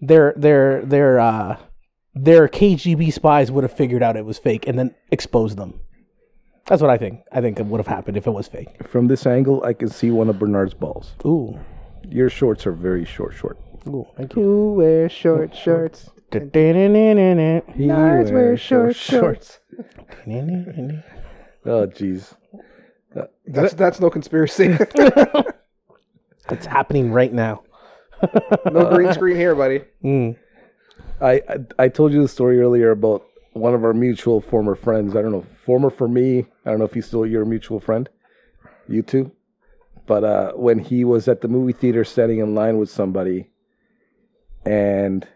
Speaker 2: their their their uh, their KGB spies would have figured out it was fake and then exposed them. That's what I think. I think it would have happened if it was fake.
Speaker 3: you? From this angle, I can see one of Bernard's balls.
Speaker 2: Ooh,
Speaker 3: Your shorts are very short, short.
Speaker 2: ooh, thank you.
Speaker 1: Who wears short shorts?
Speaker 2: Da-da-da-da-da.
Speaker 1: Nerds wear short
Speaker 3: Oh, jeez.
Speaker 1: That's, that's no conspiracy.
Speaker 2: It's happening right now.
Speaker 1: no green screen here, buddy.
Speaker 2: Mm.
Speaker 3: I, I I told you the story earlier about one of our mutual former friends. I don't know, former for me. I don't know if he's still your mutual friend. You too. But uh, when he was at the movie theater standing in line with somebody, and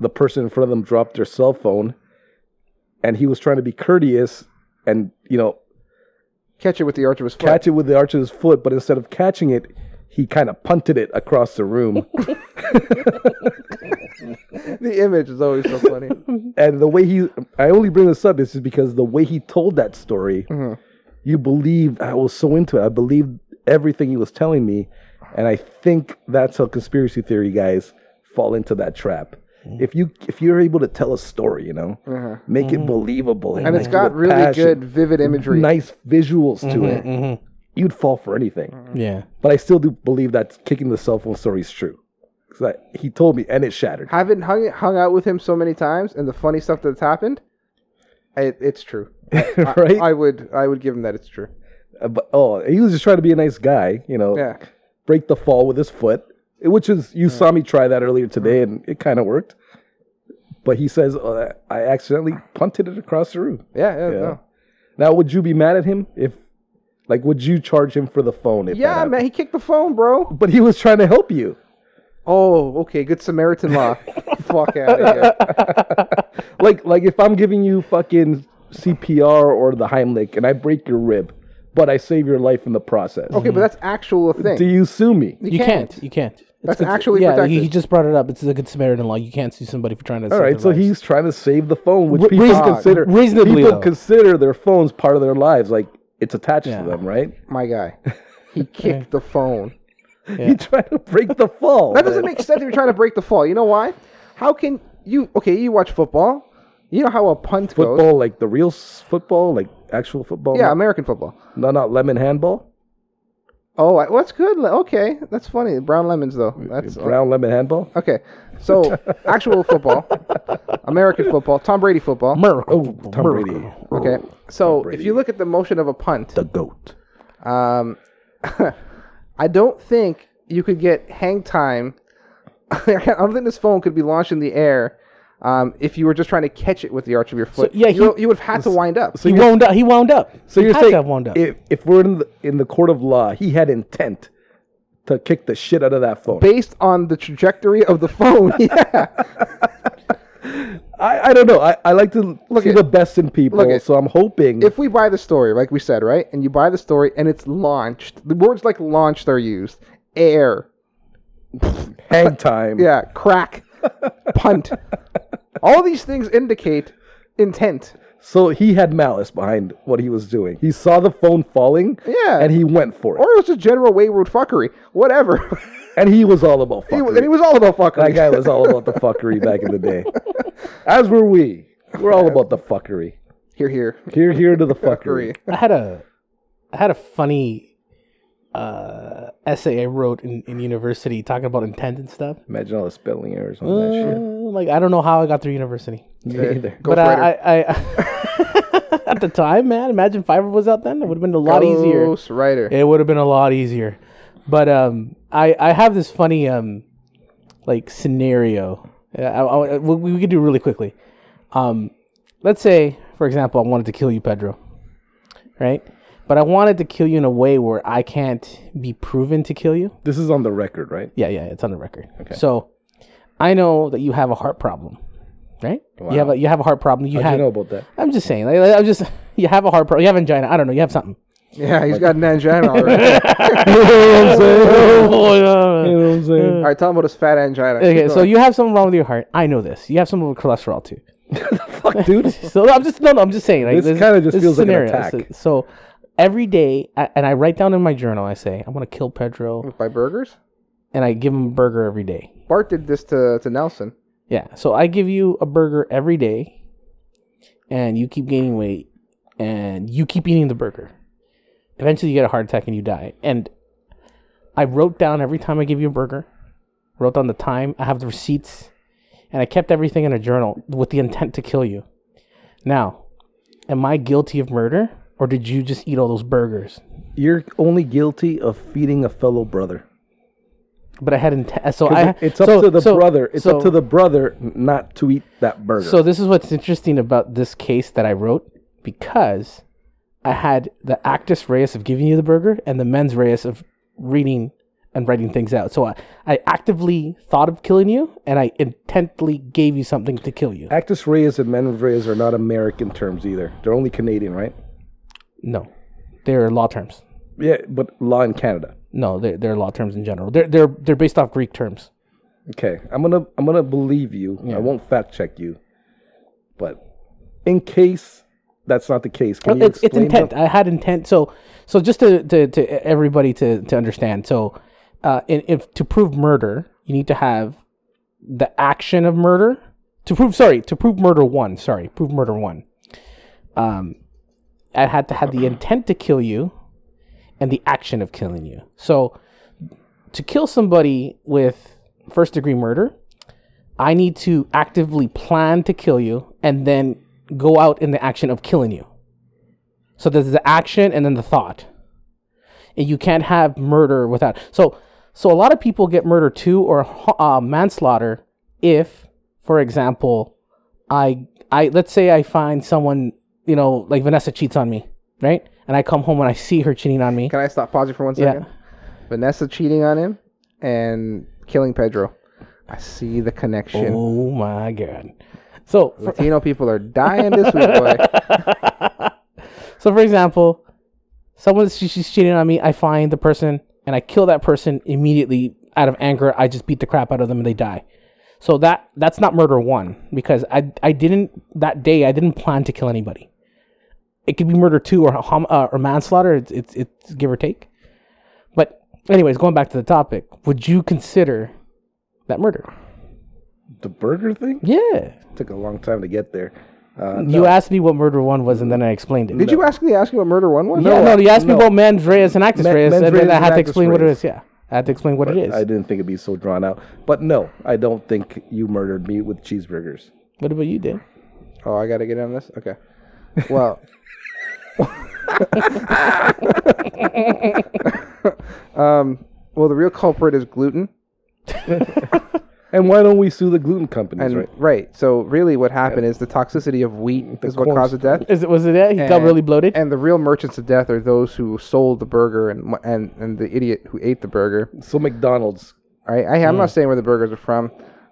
Speaker 3: the person in front of them dropped their cell phone, and he was trying to be courteous and you know
Speaker 1: Catch it with the arch of his foot.
Speaker 3: catch it with the arch of his foot, but instead of catching it, he kind of punted it across the room.
Speaker 1: The image is always so funny.
Speaker 3: and the way he i only bring this up is just because the way he told that story
Speaker 1: Mm-hmm.
Speaker 3: you believed i was so into it i believed everything he was telling me and i think that's how conspiracy theory guys fall into that trap
Speaker 1: Mm-hmm.
Speaker 3: if you if you're able to tell a story you know make it believable
Speaker 1: And it's got really good, vivid imagery.
Speaker 3: nice visuals to it you'd fall for anything
Speaker 1: Mm-hmm.
Speaker 2: Yeah.
Speaker 3: but i still do believe that kicking the cell phone story is true 'Cause I- he told me and it shattered
Speaker 1: Haven't hung hung out with him so many times, and the funny stuff that's happened, it, it's true.
Speaker 3: right
Speaker 1: I would I would give him that it's true.
Speaker 3: Uh, but oh, he was just trying to be a nice guy, you know.
Speaker 1: Yeah.
Speaker 3: Break the fall with his foot, which is you saw me try that earlier today, and it kind of worked. But he says uh, I accidentally punted it across the room.
Speaker 1: Yeah, yeah,
Speaker 3: Yeah.
Speaker 1: no.
Speaker 3: Now, would you be mad at him if, like, would you charge him for the phone? If that
Speaker 1: yeah,
Speaker 3: happened?
Speaker 1: man. He kicked the phone, bro.
Speaker 3: But he was trying to help you.
Speaker 1: Oh, okay. Good Samaritan law. fuck out of here.
Speaker 3: Like like if I'm giving you fucking CPR or the Heimlich and I break your rib, but I save your life in the process.
Speaker 1: Okay, but that's actual a
Speaker 3: Do
Speaker 1: thing.
Speaker 3: you sue me?
Speaker 2: You can't. You can't. It's
Speaker 1: That's
Speaker 2: good-
Speaker 1: actually
Speaker 2: yeah.
Speaker 1: protected.
Speaker 2: He, he just brought it up. It's the Good Samaritan law. You can't sue somebody for trying to.
Speaker 3: All right, so he's trying to save the phone, which
Speaker 2: Re-
Speaker 3: people
Speaker 2: reason-
Speaker 3: consider
Speaker 2: reasonably,
Speaker 3: people
Speaker 2: though.
Speaker 3: consider their phones part of their lives. Like it's attached
Speaker 2: Yeah.
Speaker 3: to them, right?
Speaker 1: My guy, he kicked the phone.
Speaker 3: He tried to break the fall.
Speaker 1: That doesn't make sense if you're trying to break the fall. You know why? How can you? Okay, you watch football. You know how a punt goes.
Speaker 3: football, like the real s- football, like actual football.
Speaker 1: Yeah,
Speaker 3: not,
Speaker 1: American football.
Speaker 3: no, not lemon handball.
Speaker 1: Oh, I- what's good? Le- Okay, that's funny. Brown lemons though. That's
Speaker 3: Brown lemon handball.
Speaker 1: okay. So actual football, American football, Tom Brady football.
Speaker 2: miracle.
Speaker 3: Tom
Speaker 2: miracle.
Speaker 3: Brady,
Speaker 1: Okay, so if you look at the motion of a punt,
Speaker 3: the goat.
Speaker 1: Um, I don't think you could get hang time. I don't think this phone could be launched in the air um, if you were just trying to catch it with the arch of your foot.
Speaker 2: yeah,
Speaker 1: you,
Speaker 2: he-
Speaker 1: you would have had to wind up.
Speaker 2: he wound up. He wound up.
Speaker 3: So
Speaker 2: he
Speaker 3: you're
Speaker 2: had
Speaker 3: saying
Speaker 2: to have wound up.
Speaker 3: if, if we're in the, in the court of law, he had intent to kick the shit out of that phone.
Speaker 1: Based on the trajectory of the phone, yeah.
Speaker 3: I, I don't know. I, I like to look see
Speaker 1: it.
Speaker 3: the best in people,
Speaker 1: Look it.
Speaker 3: so I'm hoping.
Speaker 1: if we buy the story, like we said, right, and you buy the story and it's launched, the words like launched are used. Air,
Speaker 3: hang time.
Speaker 1: yeah, crack, punt. All these things indicate intent.
Speaker 3: So he had malice behind what he was doing. He saw the phone falling,
Speaker 1: Yeah.
Speaker 3: and he went for it.
Speaker 1: Or it was just general wayward fuckery. Whatever.
Speaker 3: and he was all about
Speaker 1: He
Speaker 3: fuckery.
Speaker 1: was- and he was all about fuckery.
Speaker 3: that guy was all about the fuckery back in the day. As were we. We're all about the fuckery.
Speaker 1: Here, here.
Speaker 3: Here, here to the
Speaker 1: Fuckery.
Speaker 3: fuckery.
Speaker 2: I had a, I had a funny, uh, essay I wrote in, in university talking about intent and stuff.
Speaker 3: Imagine all the spelling errors on
Speaker 1: Mm.
Speaker 3: that shit.
Speaker 2: Uh, Like I don't know how I got through university,
Speaker 3: Me either.
Speaker 1: Go
Speaker 2: but
Speaker 1: Freighter.
Speaker 2: I, I, I at the time, man, imagine Fiverr was out then. It would have been a lot easier.
Speaker 1: Ghost Rider.
Speaker 2: It would have been a lot easier. But um, I I have this funny um, like scenario. Uh, I, I, we, we could do it really quickly. Um, let's say, for example, I wanted to kill you, Pedro, right? But I wanted to kill you in a way where I can't be proven to kill you.
Speaker 3: This is on the record, right?
Speaker 2: Yeah, yeah, it's on the record. So I know that you have a heart problem, right? You have a you have a heart problem. You
Speaker 3: I
Speaker 2: have.
Speaker 3: know about that.
Speaker 2: I'm just saying. Like, I'm just. You have a heart problem. You have angina. I don't know. You have something.
Speaker 1: Yeah, he's got an angina already.
Speaker 3: Oh, You know what I'm saying?
Speaker 1: All right, tell him about his fat angina.
Speaker 2: Okay, so you have something wrong with your heart. I know this. You have something with cholesterol too.
Speaker 3: Fuck, dude.
Speaker 2: So I'm just no, no. I'm just saying. Like,
Speaker 3: This kinda just
Speaker 2: this
Speaker 3: feels like an
Speaker 2: scenario.
Speaker 3: attack.
Speaker 2: So, so every day, I, and I write down in my journal. I say I'm gonna kill
Speaker 3: Mm.
Speaker 2: Pedro,
Speaker 1: By burgers?
Speaker 2: and I give him a burger every day.
Speaker 1: Bart did this to, to Nelson.
Speaker 2: Yeah. So I give you a burger every day, and you keep gaining weight, and you keep eating the burger. Eventually, you get a heart attack and you die. And I wrote down every time I give you a burger, wrote down the time. I have the receipts, and I kept everything in a journal with the intent to kill you. Now, am I guilty of murder, or did you just eat all those burgers?
Speaker 3: You're only guilty of feeding a fellow brother.
Speaker 2: But I had intent. So I.
Speaker 3: It- it's up
Speaker 2: so-
Speaker 3: to the
Speaker 2: so-
Speaker 3: brother. It's
Speaker 2: so-
Speaker 3: up to the brother not to eat that burger.
Speaker 2: So this is what's interesting about this case that I wrote because I had the actus reus of giving you the burger and the mens reus of reading and writing things out. So I, I actively thought of killing you and I intently gave you something to kill you.
Speaker 3: Actus reus and mens reus are not American terms either. They're only Canadian, right?
Speaker 2: No, they're law terms.
Speaker 3: Yeah, but law in Canada.
Speaker 2: No, they're, they're law terms in general. They're, they're, they're based off Greek terms.
Speaker 3: Okay, I'm gonna I'm gonna believe you. I won't fact check you, but in case that's not the case, can you
Speaker 2: it's, it's
Speaker 3: explain
Speaker 2: intent.
Speaker 3: that?
Speaker 2: I had intent. So so just to to, to everybody to to understand. So uh, in, if to prove murder, you need to have the action of murder to prove. Sorry, to prove murder one. Sorry, prove murder one. Um, I had to have the intent to kill you, and the action of killing you. So to kill somebody with first degree murder, I need to actively plan to kill you and then go out in the action of killing you. So there's the action and then the thought. And you can't have murder without. So so a lot of people get murder too or uh, manslaughter if for example I I let's say I find someone, you know, like Vanessa cheats on me, right? And I come home and I see her cheating on me.
Speaker 1: Can I stop pausing for one
Speaker 2: Yeah.
Speaker 1: second? Vanessa cheating on him and killing Pedro. I see the connection.
Speaker 2: Oh my god. So for,
Speaker 1: Latino people are dying this week, boy.
Speaker 2: so for example, someone she, she's cheating on me. I find the person and I kill that person immediately out of anger. I just beat the crap out of them and they die. So that that's not murder one because I I didn't that day I didn't plan to kill anybody. It could be murder two or hom- uh, or manslaughter. It's, it's it's give or take. But anyways, going back to the topic, would you consider that murder?
Speaker 3: The burger thing
Speaker 2: Yeah.
Speaker 3: took a long time to get there. Uh,
Speaker 2: You asked me what murder one was, and then I explained it.
Speaker 1: Did you actually ask me what murder one was?
Speaker 2: yeah, no, you asked me
Speaker 3: no.
Speaker 2: about Mandreas and Actus
Speaker 3: Ma-
Speaker 2: Reyes, and
Speaker 3: Mandreas
Speaker 2: then I
Speaker 3: and
Speaker 2: had to
Speaker 3: Actus
Speaker 2: explain what it
Speaker 3: Reus.
Speaker 2: is. Yeah, I had to explain what it is.
Speaker 3: I didn't think it'd be so drawn out. But no, I don't think you murdered me with cheeseburgers.
Speaker 2: What about you, Dan?
Speaker 1: Oh, I gotta get on this. Okay. Well, um, well, the real culprit is gluten,
Speaker 3: And why don't we sue the gluten companies?
Speaker 1: and
Speaker 3: right?
Speaker 1: right. So really, what happened is the toxicity of wheat is what
Speaker 3: corn
Speaker 1: caused the death.
Speaker 2: Is it was it that he got
Speaker 1: And-
Speaker 2: really bloated?
Speaker 1: And the real merchants of death are those who sold the burger and wh- and and the idiot who ate the burger.
Speaker 3: So McDonald's.
Speaker 1: All right, I, I'm
Speaker 3: Hmm.
Speaker 1: not saying where the burgers are from,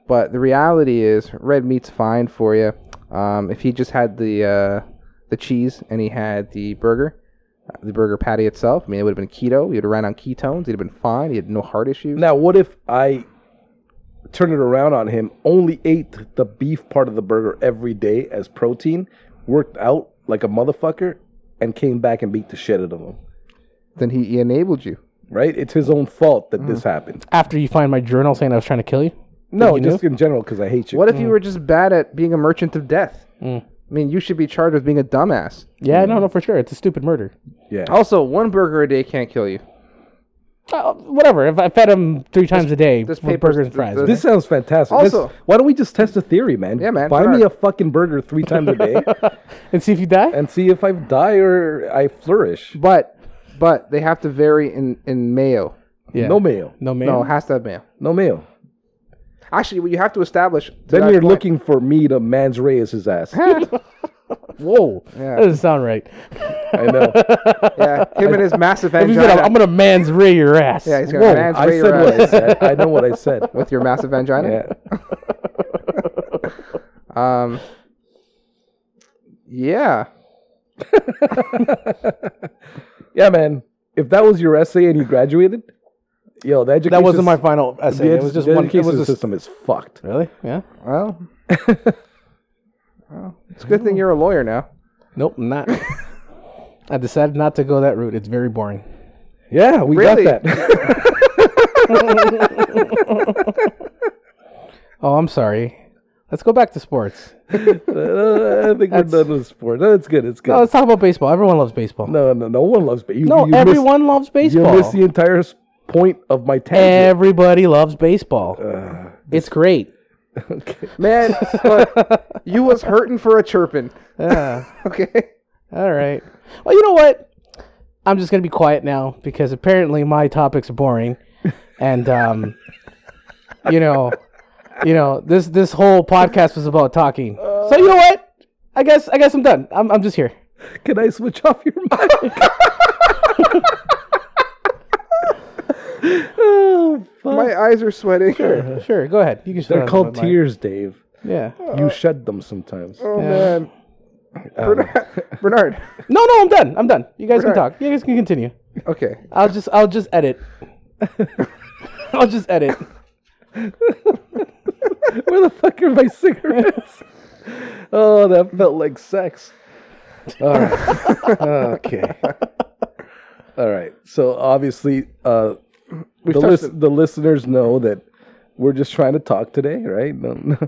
Speaker 1: but the reality is red meat's fine for you. Um, if he just had the uh, the cheese and he had the burger, uh, the burger patty itself, I mean, it would have been keto. He'd have ran on ketones. He'd have been fine. He had no heart issues.
Speaker 3: Now, what if I turned it around on him? Only ate the beef part of the burger every day as protein. Worked out like a motherfucker, and came back and beat the shit out of him.
Speaker 1: Then he, he enabled you.
Speaker 3: Right? It's his own fault that
Speaker 1: Mm.
Speaker 3: this happened.
Speaker 2: After you find my journal saying I was trying to kill you,
Speaker 3: No,
Speaker 2: you
Speaker 3: just in general because I hate you.
Speaker 1: What if you were just bad at being a merchant of death?
Speaker 3: Hmm.
Speaker 1: I mean, you should be charged with being a dumbass.
Speaker 2: yeah, no, no, for sure, it's a stupid murder.
Speaker 3: Yeah.
Speaker 1: Also, one burger a day can't kill you.
Speaker 2: Uh, whatever. If I fed him three times a day
Speaker 1: this
Speaker 2: with
Speaker 1: paper's-
Speaker 2: burgers and fries,
Speaker 1: this-
Speaker 3: This sounds fantastic. Let's-
Speaker 1: Also-
Speaker 3: why don't we just test the theory, man?
Speaker 1: Yeah, man,
Speaker 3: Buy
Speaker 1: sure.
Speaker 3: me a fucking burger three times a day
Speaker 2: and see if you die.
Speaker 3: and see if I die or I flourish.
Speaker 1: But but they have to vary in in mayo.
Speaker 2: Yeah.
Speaker 3: No mayo.
Speaker 2: no man.
Speaker 1: No, it has to have mayo.
Speaker 3: No mayo.
Speaker 1: Actually, well, you have to establish. to
Speaker 3: Then
Speaker 1: that
Speaker 3: you're
Speaker 1: point-
Speaker 3: looking for me to man's Reyes' ass.
Speaker 2: Whoa, that doesn't sound right.
Speaker 3: I know.
Speaker 1: Yeah, him and his massive
Speaker 2: If you said,
Speaker 1: angina.
Speaker 2: I'm gonna man's ray your ass.
Speaker 1: yeah, he's
Speaker 2: Whoa.
Speaker 1: gonna man's
Speaker 3: I
Speaker 1: rate
Speaker 3: said
Speaker 1: your
Speaker 3: what I
Speaker 1: ass
Speaker 3: said. I know what I said.
Speaker 1: with your massive angina.
Speaker 3: Yeah.
Speaker 1: Yeah. Um, yeah.
Speaker 3: Yeah, man. If that was your essay and you graduated, yo, the education
Speaker 2: that wasn't my final essay.
Speaker 3: The
Speaker 2: It was just
Speaker 3: the
Speaker 2: one. It
Speaker 3: education
Speaker 2: was just
Speaker 3: system is fucked.
Speaker 2: really yeah.
Speaker 1: Well, well, it's a good thing you're a lawyer now.
Speaker 2: Nope, I'm not. I decided not to go that route. It's very boring.
Speaker 3: Yeah, we
Speaker 1: Really?
Speaker 3: got that.
Speaker 2: Oh, I'm sorry. Let's go back to sports.
Speaker 3: Uh, I think we're done with sport. No, it's good. It's good.
Speaker 2: No, Oh, let's talk about baseball. Everyone loves baseball. No,
Speaker 3: No, no, no one loves baseball. you missed-
Speaker 2: everyone loves
Speaker 3: You
Speaker 2: baseball.
Speaker 3: missed the entire s- point of my tangent.
Speaker 2: Everybody loves baseball. it's great.
Speaker 3: okay.
Speaker 1: Man, look, you was hurting for a chirping.
Speaker 2: Yeah.
Speaker 1: Okay.
Speaker 2: All right. Well, you know what? I'm just gonna be quiet now because apparently my topics are boring, and um, you know, you know this this whole podcast was about talking. So you know what? I guess I guess I'm done. I'm I'm just here.
Speaker 3: Can I switch off your mic? oh, fuck.
Speaker 1: My eyes are sweating.
Speaker 2: Sure, go ahead. You can.
Speaker 3: They're called tears, Dave.
Speaker 2: Yeah.
Speaker 3: You shed them sometimes.
Speaker 1: Oh man, Bernard. Bernard.
Speaker 2: No, no, I'm done. I'm done. You guys can talk. You guys can continue.
Speaker 1: Okay.
Speaker 2: I'll just I'll just edit. I'll just edit.
Speaker 3: Where the fuck are my cigarettes? oh, that felt like sex. All right. okay. All right. So obviously, uh, the,
Speaker 1: touched
Speaker 3: lis-
Speaker 1: it.
Speaker 3: the listeners know that we're just trying to talk today, right? No,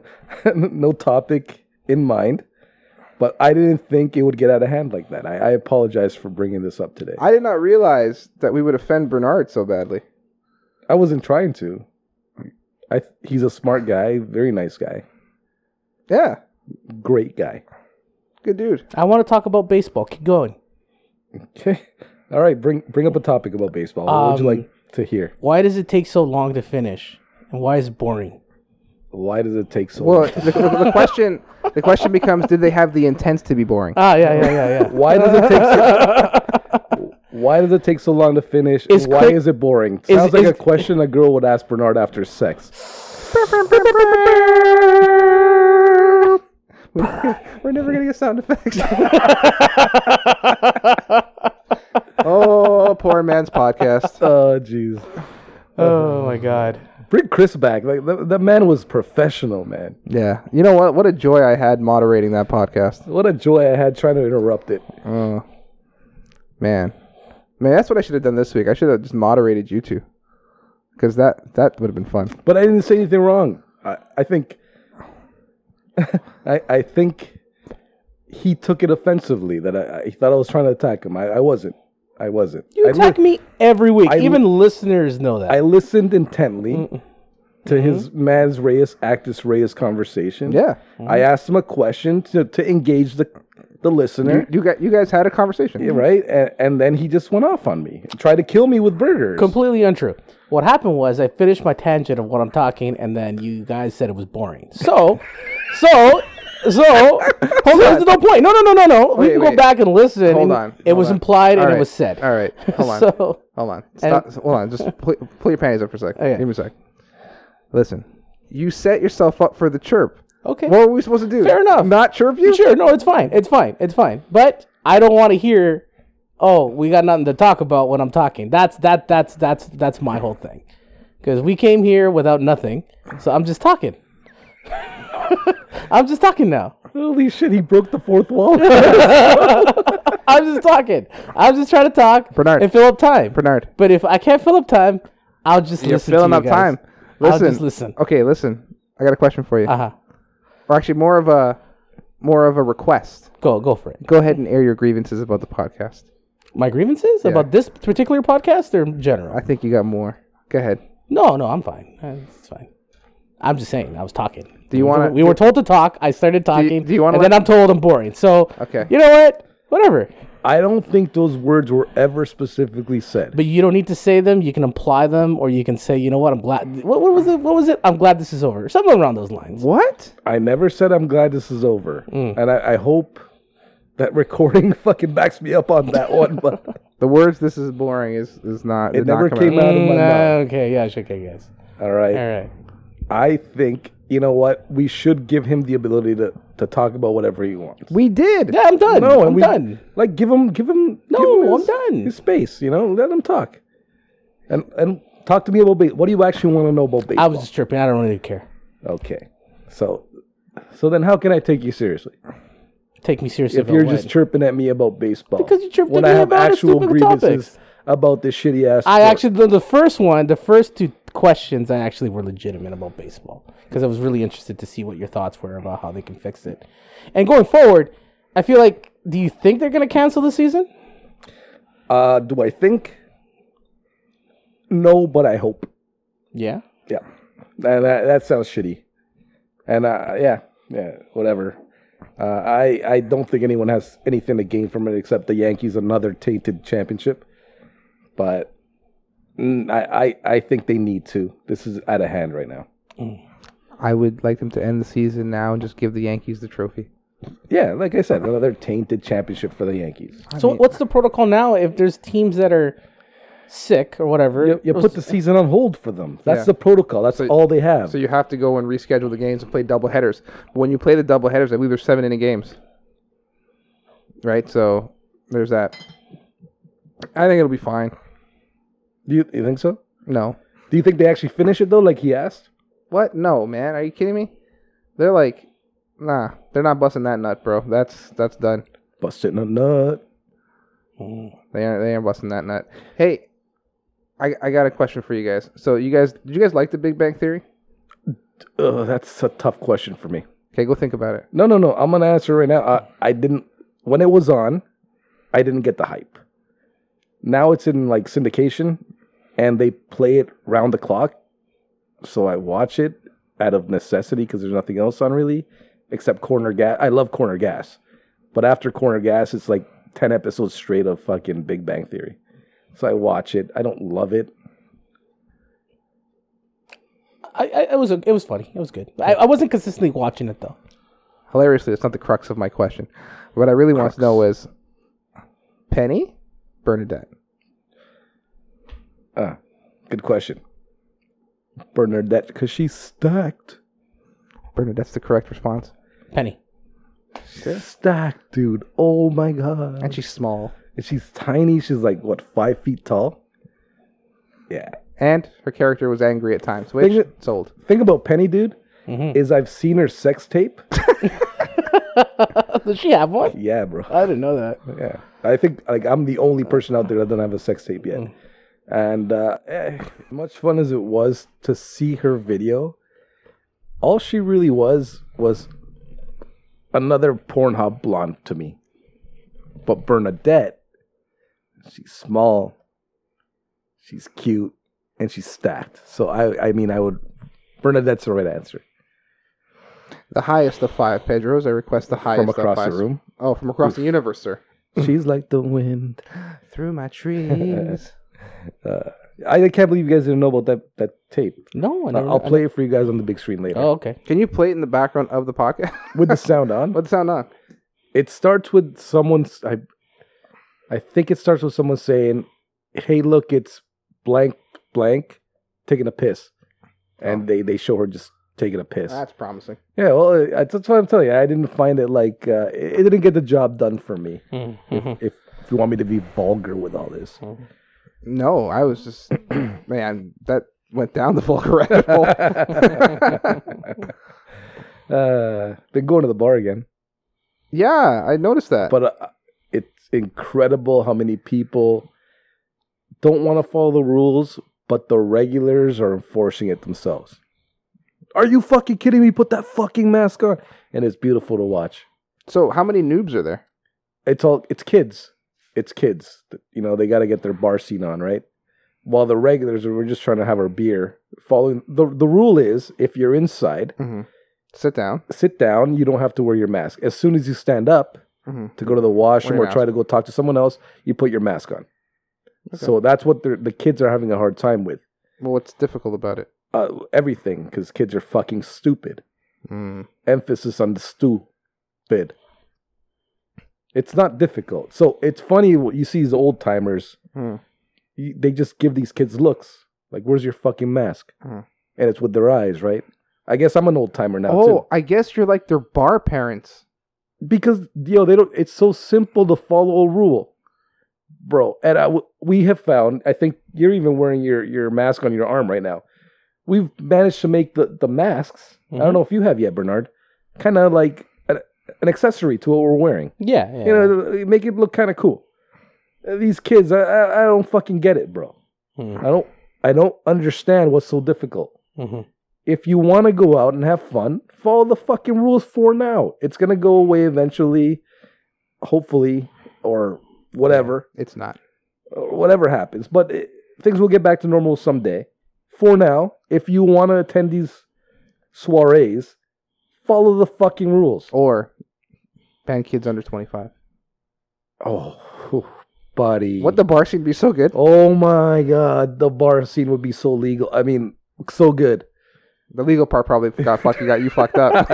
Speaker 3: no topic in mind. But I didn't think it would get out of hand like that. I, I apologize for bringing this up today. I,
Speaker 1: I did not realize that we would offend Bernard so badly.
Speaker 3: wasn't trying to. I, he's a smart guy, very nice guy,
Speaker 1: Yeah,
Speaker 3: great guy.
Speaker 1: good dude.
Speaker 2: I want to talk about baseball. Keep going.
Speaker 3: Okay. All right. Bring bring up a topic about baseball. What would you
Speaker 2: Um,
Speaker 3: like to hear?
Speaker 2: Why does it take so long to finish? And why is it boring?
Speaker 3: Why does it take so
Speaker 1: Well,
Speaker 3: long?
Speaker 1: the, the the question the question becomes: Did they have the intent to be boring?
Speaker 2: Ah, yeah, yeah, yeah, yeah.
Speaker 3: Why does it take so, Why does it take so long to finish? and
Speaker 2: Is
Speaker 3: why
Speaker 2: quick-
Speaker 3: is it boring?
Speaker 2: is-
Speaker 3: Sounds like
Speaker 2: is-
Speaker 3: a question a girl would ask Bernard after sex.
Speaker 1: We're never gonna get sound effects. oh, poor man's podcast.
Speaker 3: Oh, jeez.
Speaker 2: oh my god.
Speaker 3: Bring Chris back. Like the, the man was professional, man.
Speaker 1: Yeah, you know what? What a joy I had moderating that podcast.
Speaker 3: What a joy I had trying to interrupt it.
Speaker 1: Oh, man, man, that's what I should have done this week. I should have just moderated you two, because that that would have been fun.
Speaker 3: But I didn't say anything wrong. I, I think. I I think he took it offensively that I, I he thought I was trying to attack him. I, I wasn't. I wasn't.
Speaker 2: You
Speaker 3: I
Speaker 2: attack me every week.
Speaker 3: I-
Speaker 2: Even listeners know that.
Speaker 3: I listened intently to his Maz Reyes, Actus Reyes conversation.
Speaker 1: Mm-hmm. Yeah. Mm-hmm.
Speaker 3: I asked him a question to, to engage the the
Speaker 1: You,
Speaker 3: listener,
Speaker 1: you got you guys had a conversation.
Speaker 3: right? And, and then he just went off on me, tried to kill me with burgers.
Speaker 2: Completely untrue. What happened was I finished my tangent of what I'm talking, and then you guys said it was boring. So, so, so. Hold on, there's no point. No, no, no, no, no. we
Speaker 1: Wait,
Speaker 2: can go
Speaker 1: wait.
Speaker 2: back and listen.
Speaker 1: Hold
Speaker 2: and
Speaker 1: on,
Speaker 2: It
Speaker 1: hold
Speaker 2: was
Speaker 1: on.
Speaker 2: implied
Speaker 1: All
Speaker 2: and
Speaker 1: right,
Speaker 2: it was said.
Speaker 1: All right, hold on.
Speaker 2: So,
Speaker 1: Hold on. Stop. hold on. Just pl- pull your panties up for a second.
Speaker 2: Okay.
Speaker 1: Give me a sec. Listen, you set yourself up for the chirp.
Speaker 2: okay.
Speaker 1: What were we supposed to do?
Speaker 2: Fair enough.
Speaker 1: Not chirp you?
Speaker 2: sure. No, it's fine. It's fine. It's fine. But I don't want to hear. Oh, we got nothing to talk about when I'm talking. That's that. That's that's that's my whole thing. Because we came here without nothing, so I'm just talking. I'm just talking now.
Speaker 3: Holy shit, he broke the fourth wall.
Speaker 2: I'm just talking. I'm just trying to talk
Speaker 1: Bernard.
Speaker 2: and fill up time.
Speaker 1: Bernard.
Speaker 2: But if I can't fill up time, I'll just
Speaker 1: You're
Speaker 2: listen.
Speaker 1: filling
Speaker 2: to you
Speaker 1: up
Speaker 2: guys.
Speaker 1: time.
Speaker 2: I'll
Speaker 1: Listen.
Speaker 2: just listen.
Speaker 1: Okay, listen. I got a question for you.
Speaker 2: Uh huh.
Speaker 1: Or actually, more of a more of a request.
Speaker 2: Go go for it.
Speaker 1: Go ahead and air your grievances about the podcast.
Speaker 2: My grievances about this particular podcast or in general.
Speaker 1: I think you got more. Go ahead.
Speaker 2: No, no, I'm fine. Uh, It's fine. I'm just saying, I was talking. Do
Speaker 1: you wanna-
Speaker 2: We were told to talk. I started talking.
Speaker 1: do you wanna
Speaker 2: And
Speaker 1: let-
Speaker 2: then I'm told I'm boring. So
Speaker 1: Okay.
Speaker 2: you know what? Whatever.
Speaker 3: I don't think those words were ever specifically said.
Speaker 2: But you don't need to say them. You can imply them, or you can say, you know what? I'm glad. What, what was it? What was it? I'm glad this is over. Something around those lines.
Speaker 1: What?
Speaker 3: I never said I'm glad this is over,
Speaker 2: Mm.
Speaker 3: and I, I hope that recording fucking backs me up on that one. But
Speaker 1: The words "this is boring" is is not. It
Speaker 3: never
Speaker 1: not come
Speaker 3: came out of my mouth.
Speaker 1: uh,
Speaker 2: Mm, okay. Yeah. Okay, guys.
Speaker 3: All right.
Speaker 2: All right.
Speaker 3: I think you know what we should give him the ability to to talk about whatever he wants.
Speaker 1: We did.
Speaker 2: Yeah, I'm done.
Speaker 3: No, and
Speaker 2: I'm
Speaker 3: we
Speaker 2: done.
Speaker 3: like give him give him
Speaker 2: No,
Speaker 3: give him
Speaker 2: I'm
Speaker 3: his-
Speaker 2: done.
Speaker 3: His space, you know, let him talk, and and talk to me about baseball. What do you actually want to know about
Speaker 2: I
Speaker 3: baseball?
Speaker 2: was just tripping. I don't really care.
Speaker 3: okay, so so then how can I take you seriously
Speaker 2: Take me seriously.
Speaker 3: if
Speaker 2: about
Speaker 3: you're
Speaker 2: what?
Speaker 3: just chirping at me about baseball?
Speaker 2: Because you chirped
Speaker 3: when
Speaker 2: at
Speaker 3: I
Speaker 2: me
Speaker 3: have
Speaker 2: about a
Speaker 3: actual
Speaker 2: stupid topic.
Speaker 3: grievances about this shitty ass.
Speaker 2: I
Speaker 3: sport.
Speaker 2: actually the, the first one, the first two questions, I actually were legitimate about baseball because I was really interested to see what your thoughts were about how they can fix it. And going forward, I feel like, do you think they're going to cancel the season?
Speaker 3: uh, do I think? No, but I hope.
Speaker 2: Yeah.
Speaker 3: Yeah, that, that, that sounds shitty. And uh, yeah, yeah, whatever. Uh, I I don't think anyone has anything to gain from it except the Yankees another tainted championship. But mm, I, I I think they need to. This is out of hand right now.
Speaker 1: I would like them to end the season now and just give the Yankees the trophy.
Speaker 3: Yeah, like I said, another tainted championship for the Yankees.
Speaker 2: so what's the protocol now if there's teams that are sick or whatever?
Speaker 3: You, you put the season on hold for them. That's
Speaker 1: Yeah.
Speaker 3: the protocol. That's all they have.
Speaker 1: So you have to go and reschedule the games and play double headers. But when you play the double headers, I believe there's seven inning games. Right? So there's that. I think it'll be fine.
Speaker 3: do you, you think so?
Speaker 1: No.
Speaker 3: Do you think they actually finish it though, like he asked?
Speaker 1: What? No, man. Are you kidding me? They're like, nah, they're not busting that nut, bro. That's that's done.
Speaker 3: Busting a nut.
Speaker 1: They aren't they aren't busting that nut. Hey, I I got a question for you guys. So you guys did you guys like the Big Bang Theory?
Speaker 3: Ugh, that's a tough question for me.
Speaker 1: Okay, go think about it.
Speaker 3: No, no, no. I'm gonna answer right now. I, I didn't when it was on. I didn't get the hype. Now it's in like syndication, and they play it round the clock. So I watch it out of necessity because there's nothing else on really, except Corner Gas. I love Corner Gas, but after Corner Gas, it's like ten episodes straight of fucking Big Bang Theory. So I watch it. I don't love it.
Speaker 2: I, I it was a, it was funny. It was good. I, I wasn't consistently watching it though.
Speaker 1: hilariously, it's not the crux of my question. What I really want to know is Penny, Bernadette.
Speaker 3: Uh, good question. Bernadette because she's stacked.
Speaker 1: Bernadette's the correct response.
Speaker 2: Penny.
Speaker 3: She's stacked, dude. Oh my god.
Speaker 1: And she's small.
Speaker 3: And she's tiny. She's like what five feet tall. Yeah.
Speaker 1: And her character was angry at times, which
Speaker 3: Thing that-
Speaker 1: sold.
Speaker 3: Thing about Penny, dude, is I've seen her sex tape.
Speaker 2: Does she have one?
Speaker 3: yeah, bro.
Speaker 2: I didn't know that.
Speaker 3: Yeah, I think like I'm the only person out there that doesn't have a sex tape
Speaker 1: Mm.
Speaker 3: yet. And uh, eh, much fun as it was to see her video, all she really was was another Pornhub blonde to me. But Bernadette, she's small, she's cute, and she's stacked. So I, I mean, I would. Bernadette's the right answer
Speaker 1: The highest of five Pedros. I request the highest
Speaker 3: from across
Speaker 1: of
Speaker 3: the
Speaker 1: five.
Speaker 3: room.
Speaker 1: Oh, from across the universe, sir.
Speaker 3: She's like the wind.
Speaker 1: Through my trees.
Speaker 3: I can't believe you guys didn't know about that that tape.
Speaker 2: No, I
Speaker 3: Uh,
Speaker 2: never,
Speaker 3: I'll
Speaker 2: I
Speaker 3: play it for you guys on the big screen later
Speaker 2: never- oh, okay.
Speaker 1: Can you play it in the background of the pocket?
Speaker 3: with the sound on.
Speaker 1: What's the sound on?
Speaker 3: It starts with someone's. I, I think it starts with someone saying, "Hey, look, it's blank, blank, taking a piss," and they they show her just taking a piss.
Speaker 1: That's promising.
Speaker 3: yeah, well, uh, that's that's what I'm telling you. I didn't find it like uh, it, it didn't get the job done for me. If, if you want me to be vulgar with all this,
Speaker 1: No, I was just man, that went down the vulgar rabbit hole.
Speaker 3: uh, been going to the bar again.
Speaker 1: yeah, I noticed that.
Speaker 3: but uh, it's incredible how many people don't want to follow the rules, but the regulars are enforcing it themselves. Are you fucking kidding me? Put that fucking mask on, and it's beautiful to watch.
Speaker 1: so, how many noobs are there?
Speaker 3: It's all it's kids, it's kids. You know they got to get their bar scene on right. While the regulars are, we're just trying to have our beer. Following the the rule is if you're inside,
Speaker 1: Mm-hmm. Sit down.
Speaker 3: sit down. You don't have to wear your mask. As soon as you stand up,
Speaker 1: Mhm.
Speaker 3: to go to the
Speaker 1: Wear
Speaker 3: washroom
Speaker 1: your
Speaker 3: or try to go talk to someone else, you put your mask on. So that's what they're- the kids are having a hard time with.
Speaker 1: Well, what's difficult about it?
Speaker 3: Uh, everything, because kids are fucking stupid.
Speaker 1: Mm.
Speaker 3: Emphasis on the stupid. It's not difficult. So it's funny what you see these old timers.
Speaker 1: Hmm.
Speaker 3: You- They just give these kids looks like, "Where's your fucking mask?"
Speaker 1: Hmm.
Speaker 3: And it's with their eyes, right? I guess I'm an old timer now too.
Speaker 1: Oh, I guess you're like their bar parents.
Speaker 3: because yo, they don't. It's so simple to follow a rule, bro. And I, we have found. I think you're even wearing your your mask on your arm right now. We've managed to make the the masks. I
Speaker 2: Mhm.
Speaker 3: don't know if you have yet, Bernard. Kind of like an, an accessory to what we're wearing.
Speaker 2: Yeah, yeah.
Speaker 3: You know, make it look kind of cool. Uh, These kids, I, I I don't fucking get it, bro.
Speaker 2: Mhm.
Speaker 3: I don't I don't understand what's so difficult.
Speaker 2: Mhm.
Speaker 3: If you want to go out and have fun, follow the fucking rules for now. It's going to go away eventually, hopefully, or whatever,
Speaker 1: It's not.
Speaker 3: or whatever happens. But it, things will get back to normal someday. For now, if you want to attend these soirees, follow the fucking rules.
Speaker 1: Or ban kids under 25.
Speaker 3: Oh, buddy.
Speaker 1: What the bar scene be so good?
Speaker 3: Oh my god, the bar scene would be so legal. I mean, so good.
Speaker 1: The legal part probably got fucking got you fucked up.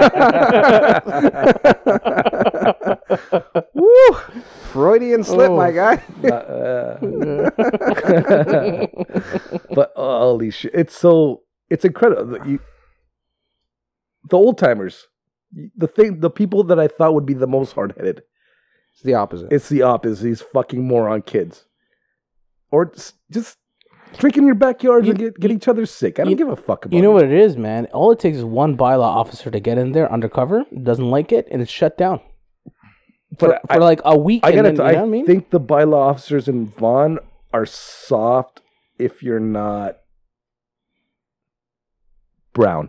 Speaker 1: Woo! Freudian slip,
Speaker 2: Oh.
Speaker 1: my guy.
Speaker 3: Uh, but uh, holy shit, it's so it's incredible. that you- the old timers, the thing, the people that I thought would be the most hard headed,
Speaker 1: It's the opposite.
Speaker 3: it's the opposite. These fucking moron kids, or s- just drink in your backyards and get, get each other sick. I don't
Speaker 2: you-
Speaker 3: give a fuck about
Speaker 2: You know what it is, man? All it takes is one bylaw officer to get in there undercover, doesn't like it, and it's shut down
Speaker 3: But
Speaker 2: for like a week.
Speaker 3: I
Speaker 2: and
Speaker 3: gotta.
Speaker 2: then-
Speaker 3: t-
Speaker 2: you know
Speaker 3: I
Speaker 2: what I mean?
Speaker 3: think the bylaw officers in Vaughn are soft if you're not brown.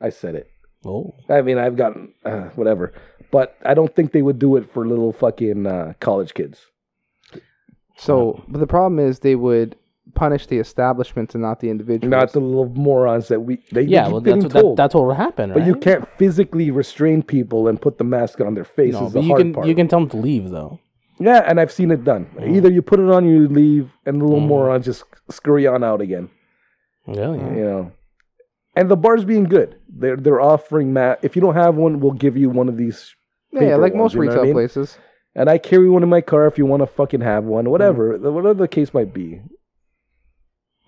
Speaker 3: I said it.
Speaker 2: Oh,
Speaker 3: I mean, I've gotten uh, whatever, but I don't think they would do it for little fucking uh, college kids.
Speaker 1: So, but the problem is they would punish the establishments and not the individuals.
Speaker 3: Not the little morons that we they
Speaker 2: yeah.
Speaker 3: keep
Speaker 2: Well, that's
Speaker 3: getting
Speaker 2: what that,
Speaker 3: told.
Speaker 2: that's what will happen, right?
Speaker 3: but you can't physically restrain people and put the mask on their face.
Speaker 2: No,
Speaker 3: is the
Speaker 2: but you
Speaker 3: hard
Speaker 2: can
Speaker 3: part.
Speaker 2: you Mm. can tell them to leave though.
Speaker 3: Yeah, and I've seen it done. Either you put it on, you leave, and the little
Speaker 2: Mm.
Speaker 3: morons just scurry on out again.
Speaker 2: Really?
Speaker 3: you know. And the bar's being good. They're they're offering ma If you don't have one, we'll give you one of these.
Speaker 1: yeah, yeah,
Speaker 3: paper
Speaker 1: like
Speaker 3: ones,
Speaker 1: most
Speaker 3: you know what
Speaker 1: retail
Speaker 3: I mean?
Speaker 1: places.
Speaker 3: And I
Speaker 1: Mm-hmm.
Speaker 3: carry one in my car if you want to fucking have one, whatever, whatever the case might be.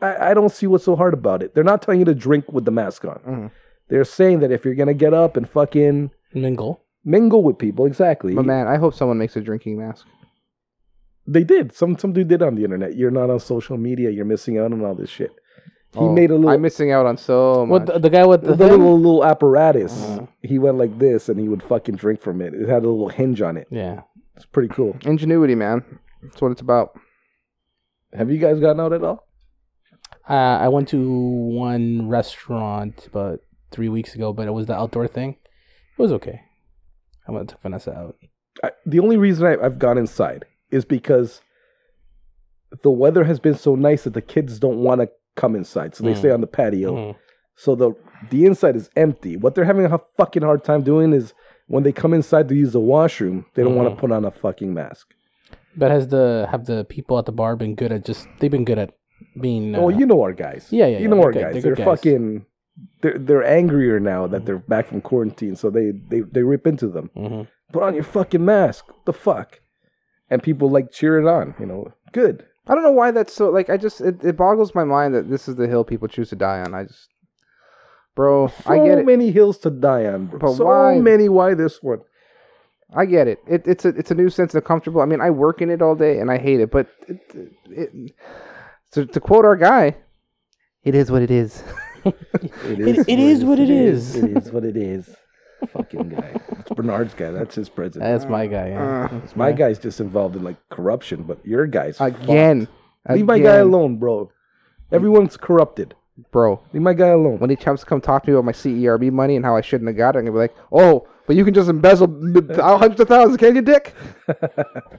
Speaker 3: I, I don't see what's so hard about it. They're not telling you to drink with the mask on.
Speaker 1: Mhm.
Speaker 3: They're saying that if you're gonna get up and fucking
Speaker 2: Mingle.
Speaker 3: mingle with people, exactly.
Speaker 1: But man, I hope someone makes a drinking mask.
Speaker 3: They did. Some some dude did on the internet. You're not on social media. You're missing out on all this shit. He
Speaker 1: Oh,
Speaker 3: made a little
Speaker 1: I'm missing out on so much.
Speaker 2: What the, the guy with the,
Speaker 3: Oh the Uh-huh.
Speaker 2: thing?
Speaker 3: little little apparatus.
Speaker 1: Mhm.
Speaker 3: He went like this, and he would fucking drink from it. It had a little hinge on it.
Speaker 2: Yeah.
Speaker 3: It's pretty cool.
Speaker 1: Ingenuity, man. That's what it's about.
Speaker 3: Have you guys gotten out at all?
Speaker 2: Uh, I went to one restaurant about three weeks ago, but it was the outdoor thing. It was okay. I went took Vanessa out.
Speaker 3: I, the only reason I, I've gone inside is because the weather has been so nice that the kids don't want to come inside, so they
Speaker 2: Mm.
Speaker 3: stay on the patio.
Speaker 2: Mm.
Speaker 3: So the the inside is empty. What they're having a fucking hard time doing is when they come inside to use the washroom, they don't want
Speaker 2: Mhm.
Speaker 3: to put on a fucking mask.
Speaker 2: But has the have the people at the bar been good at just they've been good at being uh,
Speaker 3: Oh, you know our guys.
Speaker 2: Yeah, yeah,
Speaker 3: You
Speaker 2: yeah,
Speaker 3: know
Speaker 2: they're
Speaker 3: our
Speaker 2: good-
Speaker 3: guys.
Speaker 2: they're
Speaker 3: They're,
Speaker 2: good guys.
Speaker 3: fucking. They're they're angrier now that they're back from quarantine, so they they they rip into them.
Speaker 2: Mhm.
Speaker 3: Put on your fucking mask. What the fuck? And people like cheer it on. You know, good.
Speaker 1: I don't know why that's so. Like, I just it, it boggles my mind that this is the hill people choose to die on. I just, bro,
Speaker 3: So
Speaker 1: I get it.
Speaker 3: many hills to die on, bro.
Speaker 1: But
Speaker 3: so
Speaker 1: why?
Speaker 3: many. Why this one?
Speaker 1: I get it. it it's a it's a new sense of comfortable. I mean, I work in it all day and I hate it, but it, it, to, to quote our guy, it is what it is.
Speaker 2: is it what is it what it is. is.
Speaker 3: It is what it is. fucking guy. It's Bernard's guy. That's his president.
Speaker 2: That's my guy. Yeah.
Speaker 1: Uh,
Speaker 2: That's
Speaker 3: my guy's just involved in like corruption, but your guy's
Speaker 1: again,
Speaker 3: fucked. Leave my guy
Speaker 1: Again.
Speaker 3: alone, bro. Everyone's corrupted.
Speaker 1: bro.
Speaker 3: Leave my guy alone.
Speaker 1: When he chumps come talk to me about my CERB money and how I shouldn't have got it, I'm gonna be like, "Oh, but you can just embezzle m- hundreds of thousands, can you, Dick?"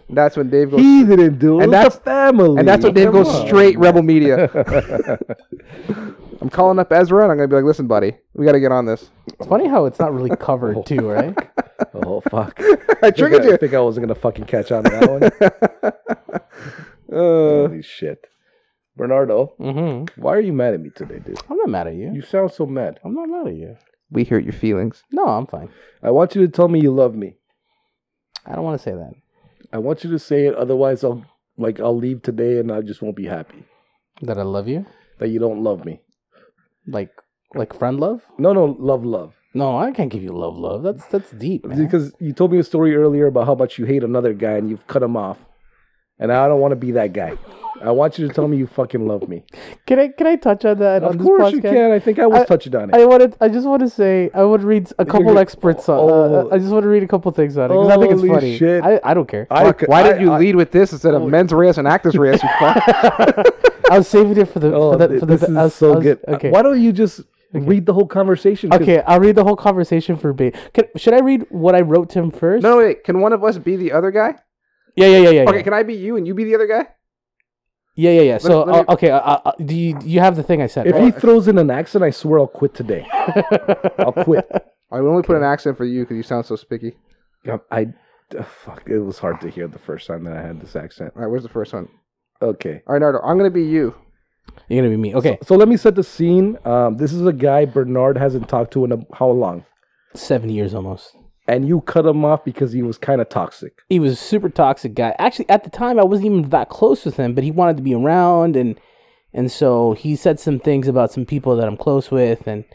Speaker 1: That's when Dave goes,
Speaker 3: He didn't do it.
Speaker 1: And
Speaker 3: it was
Speaker 1: that's-
Speaker 3: the family.
Speaker 1: and that's when Dave
Speaker 3: Come
Speaker 1: goes
Speaker 3: on.
Speaker 1: straight Rebel Media. I'm calling up Ezra and I'm gonna be like, "Listen, buddy, we got to get on this."
Speaker 2: It's funny how it's not really covered too, right?
Speaker 3: Oh fuck!
Speaker 1: I triggered
Speaker 3: I
Speaker 1: you.
Speaker 3: think I wasn't gonna fucking catch on to that one. Holy shit, Bernardo,
Speaker 2: hmm
Speaker 3: why are you mad at me today, dude?
Speaker 2: I'm not mad at you.
Speaker 3: You sound so mad.
Speaker 2: I'm not mad at you.
Speaker 1: We hurt your feelings.
Speaker 2: No, I'm fine.
Speaker 3: I want you to tell me you love me.
Speaker 2: I don't want to say that.
Speaker 3: I want you to say it, otherwise I'll like I'll leave today and I just won't be happy
Speaker 2: That I love you,
Speaker 3: that you don't love me.
Speaker 2: like like friend love.
Speaker 3: No, no, love, love.
Speaker 2: No, I can't give you love, love. That's that's deep, man.
Speaker 3: Because you told me a story earlier about how much you hate another guy and you've cut him off, and I don't want to be that guy. I want you to tell me you fucking love me.
Speaker 2: Can I can I touch on that? on
Speaker 3: Of
Speaker 2: this
Speaker 3: course you
Speaker 2: podcast?
Speaker 3: can. I think I was
Speaker 2: I-
Speaker 3: touching on it.
Speaker 2: I wanted. I just want to say. I would read a couple
Speaker 3: good.
Speaker 2: experts on.
Speaker 3: Oh.
Speaker 2: uh, I just want to read a couple things on it 'cause I think it's
Speaker 3: Holy
Speaker 2: funny.
Speaker 3: shit.
Speaker 2: I, I don't care. I,
Speaker 3: I
Speaker 1: Fuck,
Speaker 3: c-
Speaker 1: why
Speaker 3: I-
Speaker 1: did you
Speaker 3: I-
Speaker 1: lead with this instead of men's race and actors race? You fuck.
Speaker 2: was saving it for the.
Speaker 3: Oh,
Speaker 2: for the, for the
Speaker 3: this is
Speaker 2: I was- I
Speaker 3: so
Speaker 2: was-
Speaker 3: good.
Speaker 2: Okay.
Speaker 3: Why don't you just read the whole conversation? 'Cause
Speaker 2: Okay. I'll read the whole conversation for B. Can, should I read what I wrote to him first?
Speaker 1: No, no, wait. Can one of us be the other guy?
Speaker 2: Yeah. Yeah. Yeah. Yeah.
Speaker 1: Okay,
Speaker 2: yeah.
Speaker 1: can I be you and you be the other guy?
Speaker 2: Yeah. Yeah. Yeah. So
Speaker 1: let me-
Speaker 2: uh, okay. Uh, uh, do you you have the thing I said?
Speaker 3: If
Speaker 2: right?
Speaker 3: he throws in an accent, I swear I'll quit today. I'll quit.
Speaker 1: I would only put an accent for you because you sound so spiky.
Speaker 3: I, I- uh, fuck. It was hard to hear the first time that I had this accent.
Speaker 1: All right, where's the first one?
Speaker 3: Okay.
Speaker 1: All right, Nardo, I'm gonna be you.
Speaker 2: You're gonna be me. Okay.
Speaker 3: So let me set the scene. Um, this is a guy Bernard hasn't talked to in a, how long,
Speaker 2: Seven years almost.
Speaker 3: and you cut him off because he was kind of toxic.
Speaker 2: he was a super toxic guy. Actually, at the time, I wasn't even that close with him, but he wanted to be around, and and so he said some things about some people that I'm close with, and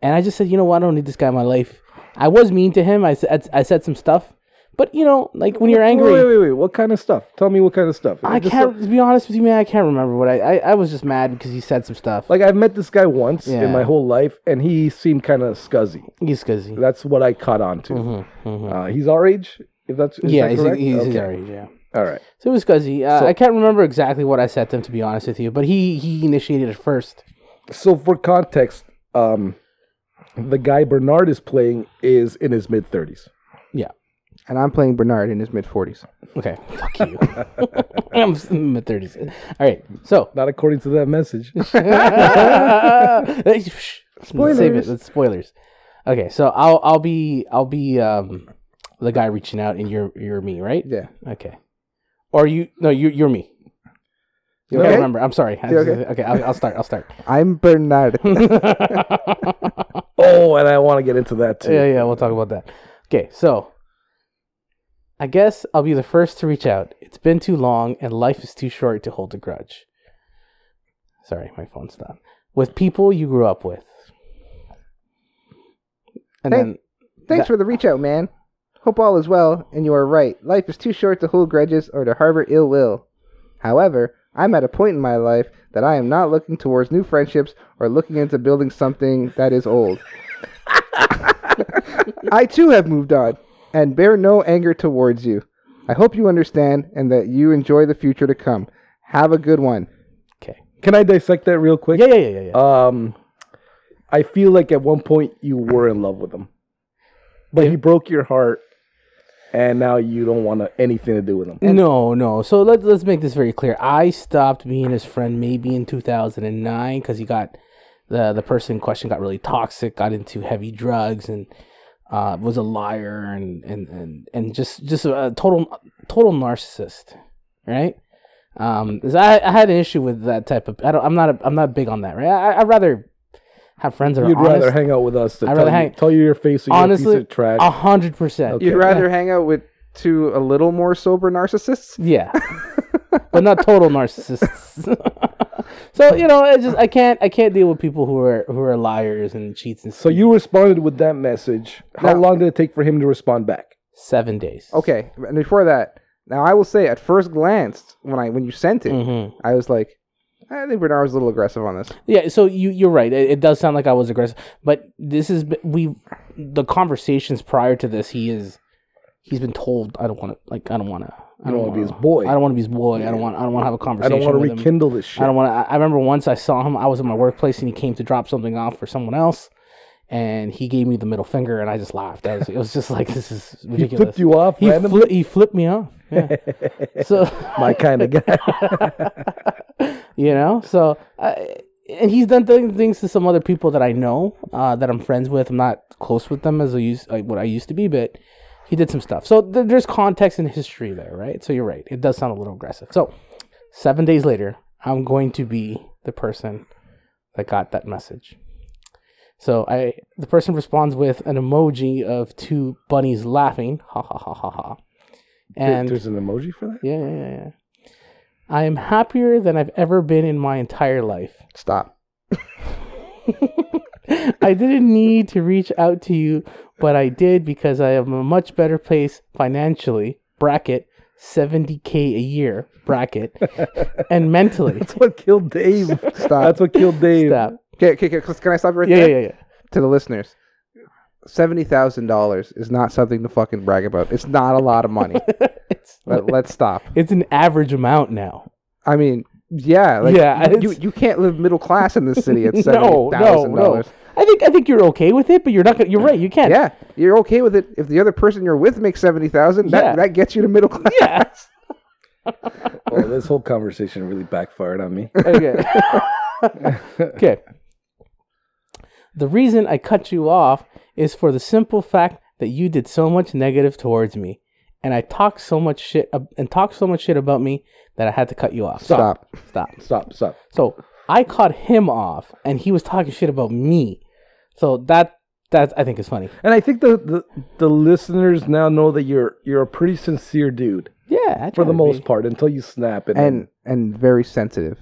Speaker 2: and I just said, you know what, I don't need this guy in my life. I was mean to him. I said I said some stuff, but you know, like when you're angry,
Speaker 3: Wait, wait, wait. What kind of stuff? Tell me what kind of stuff.
Speaker 2: I
Speaker 3: Just
Speaker 2: can't. To be honest with you, man, I can't remember what I I, I was just mad because he said some stuff. Like
Speaker 3: Like I've met this guy once
Speaker 2: Yeah.
Speaker 3: in my whole life, and he seemed kind of scuzzy.
Speaker 2: he's crazy.
Speaker 3: That's what I caught on to. Uh, he's our age. If that's is
Speaker 2: Mm-hmm, Yeah,
Speaker 3: that
Speaker 2: he's,
Speaker 3: correct?
Speaker 2: he's, he's
Speaker 3: Okay.
Speaker 2: our age. Yeah.
Speaker 3: All right.
Speaker 2: So it was crazy. Uh,
Speaker 3: So-
Speaker 2: I can't remember exactly what I said to him, to be honest with you. But he he initiated it first.
Speaker 3: So for context, um, the guy Bernard is playing is in his mid thirties.
Speaker 2: Yeah.
Speaker 1: And I'm playing Bernard in his mid 40s.
Speaker 2: Okay, fuck you. I'm s- in my thirties. All right, so
Speaker 3: Not according to that message.
Speaker 2: spoilers. Save it.
Speaker 1: Spoilers.
Speaker 2: That's spoilers. Okay, so I'll I'll be I'll be um the guy reaching out, and you're you're me, right?
Speaker 1: Yeah.
Speaker 2: Okay. Or you? No, you you're me.
Speaker 1: You
Speaker 2: I
Speaker 1: okay?
Speaker 2: can't remember. I'm sorry. I
Speaker 1: You
Speaker 2: was-
Speaker 1: okay?
Speaker 2: okay, I'll, I'll start. I'll start.
Speaker 1: I'm Bernard.
Speaker 3: oh, and I want to get into that too.
Speaker 2: yeah, yeah. We'll talk about that. Okay, so I guess I'll be the first to reach out. It's been too long, and life is too short to hold a grudge. Sorry, my phone's down. With people you grew up with. And
Speaker 1: Hey.
Speaker 2: then
Speaker 1: Thanks
Speaker 2: That-
Speaker 1: for the reach out, man. Hope all is well, and you are right. Life is too short to hold grudges or to harbor ill will. However, I'm at a point in my life that I am not looking towards new friendships or looking into building something that is old. I too have moved on, and bear no anger towards you. I hope you understand and that you enjoy the future to come. Have a good one.
Speaker 3: Can I dissect that real quick?
Speaker 2: yeah, yeah, yeah, yeah, yeah.
Speaker 3: Um, I feel like at one point you were in love with him, but he broke your heart, and now you don't want to, anything to do with him.
Speaker 2: no, no. So let's let's make this very clear. I stopped being his friend maybe in 2009 because he got the the person in question got really toxic, got into heavy drugs, and uh, was a liar and and and and just just a total total narcissist, right? Um, 'cause I, I had an issue with that type of. I don't. I'm not. A, I'm not big on that. Right. I, I'd rather have friends that are
Speaker 3: You'd
Speaker 2: honest.
Speaker 3: rather hang out with us than
Speaker 2: I'd
Speaker 3: tell,
Speaker 2: rather
Speaker 3: you,
Speaker 2: hang-
Speaker 3: tell you your face or
Speaker 2: Honestly,
Speaker 3: you're a piece of trash.
Speaker 2: A hundred percent.
Speaker 3: Okay. You'd
Speaker 1: rather hang out with two a little more sober narcissists?
Speaker 2: Yeah. but not total narcissists. so, you know, I just I can't I can't deal with people who are who are liars and cheats and
Speaker 3: so you responded with that message. How
Speaker 1: No.
Speaker 3: long did it take for him to respond back?
Speaker 2: seven days.
Speaker 1: Okay, and before that, now I will say at first glance when I when you sent it,
Speaker 2: Mhm.
Speaker 1: I was like, I think Bernard was a little aggressive on this.
Speaker 2: Yeah, so you you're right. It, it does sound like I was aggressive, but this is we the conversations prior to this. He is he's been told I don't want to like I don't want to I
Speaker 3: You
Speaker 2: don't
Speaker 3: wanna
Speaker 2: want
Speaker 3: be his boy.
Speaker 2: I don't want to be his boy. I don't want I don't want to have a
Speaker 3: I
Speaker 2: conversation.
Speaker 3: don't want to
Speaker 2: with him.
Speaker 3: rekindle this shit.
Speaker 2: I don't want to. I remember once I saw him. I was at my workplace and he came to drop something off for someone else, and he gave me the middle finger, and I just laughed. I was, it was just like this is
Speaker 3: he
Speaker 2: ridiculous.
Speaker 3: flipped you off
Speaker 2: He,
Speaker 3: randomly?
Speaker 2: fli- he flipped me off. Yeah. so
Speaker 3: My kind of guy.
Speaker 2: you know, so I, and he's done th- things to some other people that I know uh, that I'm friends with. I'm not close with them as I used like what I used to be, but he did some stuff. So th- there's context and history there, right? So you're right. It does sound a little aggressive. So seven days later, I'm going to be the person that got that message. So I the person responds with an emoji of two bunnies laughing, ha ha ha ha ha, and
Speaker 3: There's an emoji for that?
Speaker 2: yeah, yeah, yeah, yeah. I am happier than I've ever been in my entire life.
Speaker 1: Stop.
Speaker 2: I didn't need to reach out to you, but I did because I am in a much better place financially, bracket, 70K a year, bracket, and mentally.
Speaker 3: That's what killed Dave.
Speaker 1: Stop.
Speaker 3: That's what killed Dave.
Speaker 2: Stop.
Speaker 1: Okay, okay, okay, can I stop you right
Speaker 2: Yeah, yeah,
Speaker 1: there?
Speaker 2: yeah, yeah.
Speaker 1: To the listeners, seventy thousand dollars is not something to fucking brag about. It's not a lot of money.
Speaker 2: It's,
Speaker 1: Let, let's stop.
Speaker 2: it's an average amount now.
Speaker 1: I mean, yeah, like,
Speaker 2: Yeah,
Speaker 1: you- you,
Speaker 2: it's-
Speaker 1: you can't live middle class in this city at seventy
Speaker 2: No,
Speaker 1: thousand
Speaker 2: no, no.
Speaker 1: dollars.
Speaker 2: I think I think you're okay with it, but you're not gonna. You're right. You can't.
Speaker 1: Yeah, you're okay with it if the other person you're with makes seventy thousand. That
Speaker 2: Yeah.
Speaker 1: that gets you to middle class.
Speaker 2: Yeah.
Speaker 3: Oh, this whole conversation really backfired on me.
Speaker 2: Okay. okay. The reason I cut you off is for the simple fact that you did so much negative towards me, and I talked so much shit ab- and talked so much shit about me that I had to cut you off.
Speaker 1: Stop.
Speaker 2: Stop.
Speaker 3: Stop, stop.
Speaker 2: So I cut him off, and he was talking shit about me. So that that I think is funny.
Speaker 3: And I think the, the the listeners now know that you're you're a pretty sincere dude
Speaker 2: Yeah, I
Speaker 3: for
Speaker 2: try to
Speaker 3: the most
Speaker 2: be.
Speaker 3: part until you snap and,
Speaker 1: and and very sensitive.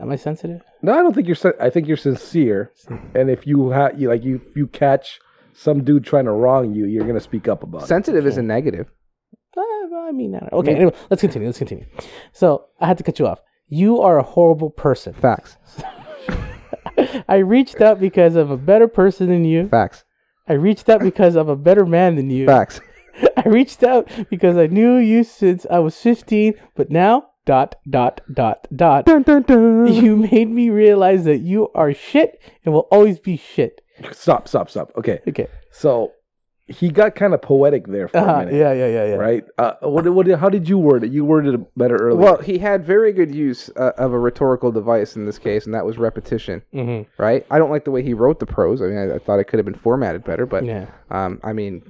Speaker 2: Am I sensitive?
Speaker 3: no, I don't think you're. sin- I think you're sincere. And if you ha- you like you you catch some dude trying to wrong you, you're gonna speak up about it.
Speaker 1: Sensitive is a negative.
Speaker 2: Uh, well, I mean, I don't- okay. Anyway, let's continue. Let's continue. So I had to cut you off. You are a horrible person.
Speaker 1: Facts.
Speaker 2: I reached out because I'm a better person than you.
Speaker 1: Facts.
Speaker 2: I reached out because I'm a better man than you.
Speaker 1: Facts.
Speaker 2: I reached out because I knew you since I was 15, but now dot dot dot dot.
Speaker 1: Dun, dun, dun.
Speaker 2: You made me realize that you are shit and will always be shit.
Speaker 3: Stop, stop, stop. Okay,
Speaker 2: Okay.
Speaker 3: so he got kind of poetic there for
Speaker 2: Uh,
Speaker 3: a minute,
Speaker 2: yeah, yeah, yeah, yeah.
Speaker 3: right? Uh, what what how did you word it? You worded it better earlier.
Speaker 1: Well, he had very good use uh, of a rhetorical device in this case, and that was repetition.
Speaker 2: Mhm.
Speaker 1: Right? I don't like the way he wrote the prose. I mean, I, I thought it could have been formatted better, but
Speaker 2: Yeah.
Speaker 1: um, I mean,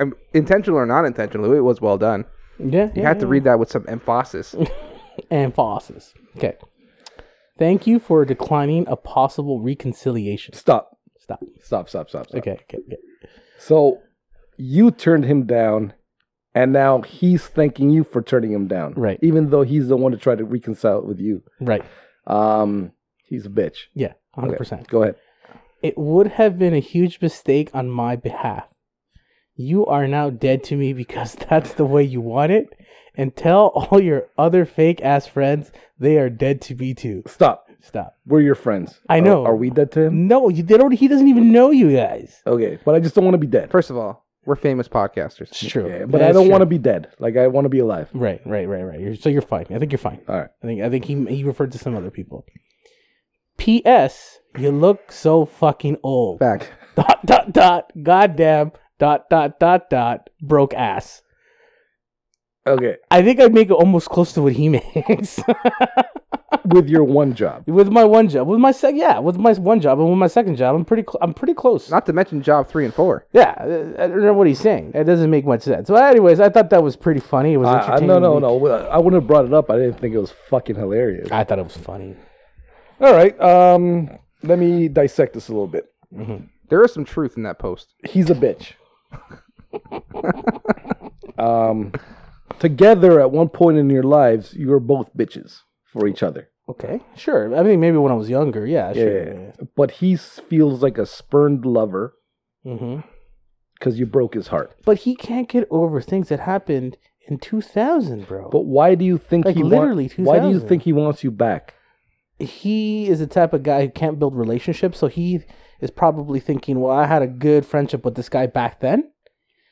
Speaker 1: um, intentional or not intentional, it was well done.
Speaker 2: Yeah.
Speaker 1: You had to read that with some emphasis.
Speaker 2: and pauses. Okay. Thank you for declining a possible reconciliation.
Speaker 3: stop,
Speaker 2: Stop.
Speaker 3: stop, stop, stop. stop.
Speaker 2: Okay. Okay. okay.
Speaker 3: So you turned him down, and now he's thanking you for turning him down.
Speaker 2: Right.
Speaker 3: Even though he's the one to try to reconcile with you.
Speaker 2: Right.
Speaker 3: Um, He's a bitch.
Speaker 2: Yeah, 100%.
Speaker 3: Go ahead.
Speaker 2: It would have been a huge mistake on my behalf. You are now dead to me because that's the way you want it. And tell all your other fake ass friends they are dead to me too.
Speaker 3: Stop.
Speaker 2: Stop.
Speaker 3: We're your friends.
Speaker 2: I
Speaker 3: Are-
Speaker 2: know.
Speaker 3: Are, we dead to him?
Speaker 2: No, you, they don't. He doesn't even know you guys.
Speaker 3: Okay, but I just don't want to be dead.
Speaker 1: First of all, we're famous podcasters.
Speaker 2: It's true.
Speaker 3: Yeah, but I don't want to be dead. Like I want to be alive.
Speaker 2: to. Right, right, right, right. You're, so you're fine. I think you're fine.
Speaker 3: All right.
Speaker 2: I think I think he he referred to some other people. P.S. You look so fucking old.
Speaker 1: Fact.
Speaker 2: Dot dot dot. Goddamn. Dot dot dot dot. Broke ass.
Speaker 3: Okay.
Speaker 2: I think I'd make it almost close to what he makes
Speaker 3: With your one job.
Speaker 2: with my one job. With my sec, yeah, with my one job and with my second job, I'm pretty. Cl- I'm pretty close.
Speaker 1: Not to mention job three and four.
Speaker 2: yeah, I I don't know what he's saying. That doesn't make much sense. Well, anyways, I thought that was pretty funny. It was
Speaker 3: I, I,
Speaker 2: entertaining.
Speaker 3: Uh, no, no, no. I wouldn't have brought it up. I didn't think it was fucking hilarious.
Speaker 2: I thought it was funny.
Speaker 3: All right. Um, let me dissect this a little bit.
Speaker 1: There is some truth in that post.
Speaker 3: He's a bitch. um, together at one point in your lives, you were both bitches for each other.
Speaker 2: Okay, sure. I mean, maybe when I was younger, yeah, sure.
Speaker 3: Yeah. But he s- feels like a spurned lover
Speaker 2: hmm
Speaker 3: because you broke his heart.
Speaker 2: But he can't get over things that happened in 2000, bro.
Speaker 3: But why do you think
Speaker 2: Like,
Speaker 3: he wa-
Speaker 2: literally
Speaker 3: Why do you
Speaker 2: 2000.
Speaker 3: think he wants you back?
Speaker 2: he is the type of guy who can't build relationships, so he is probably thinking, "Well, I had a good friendship with this guy back then."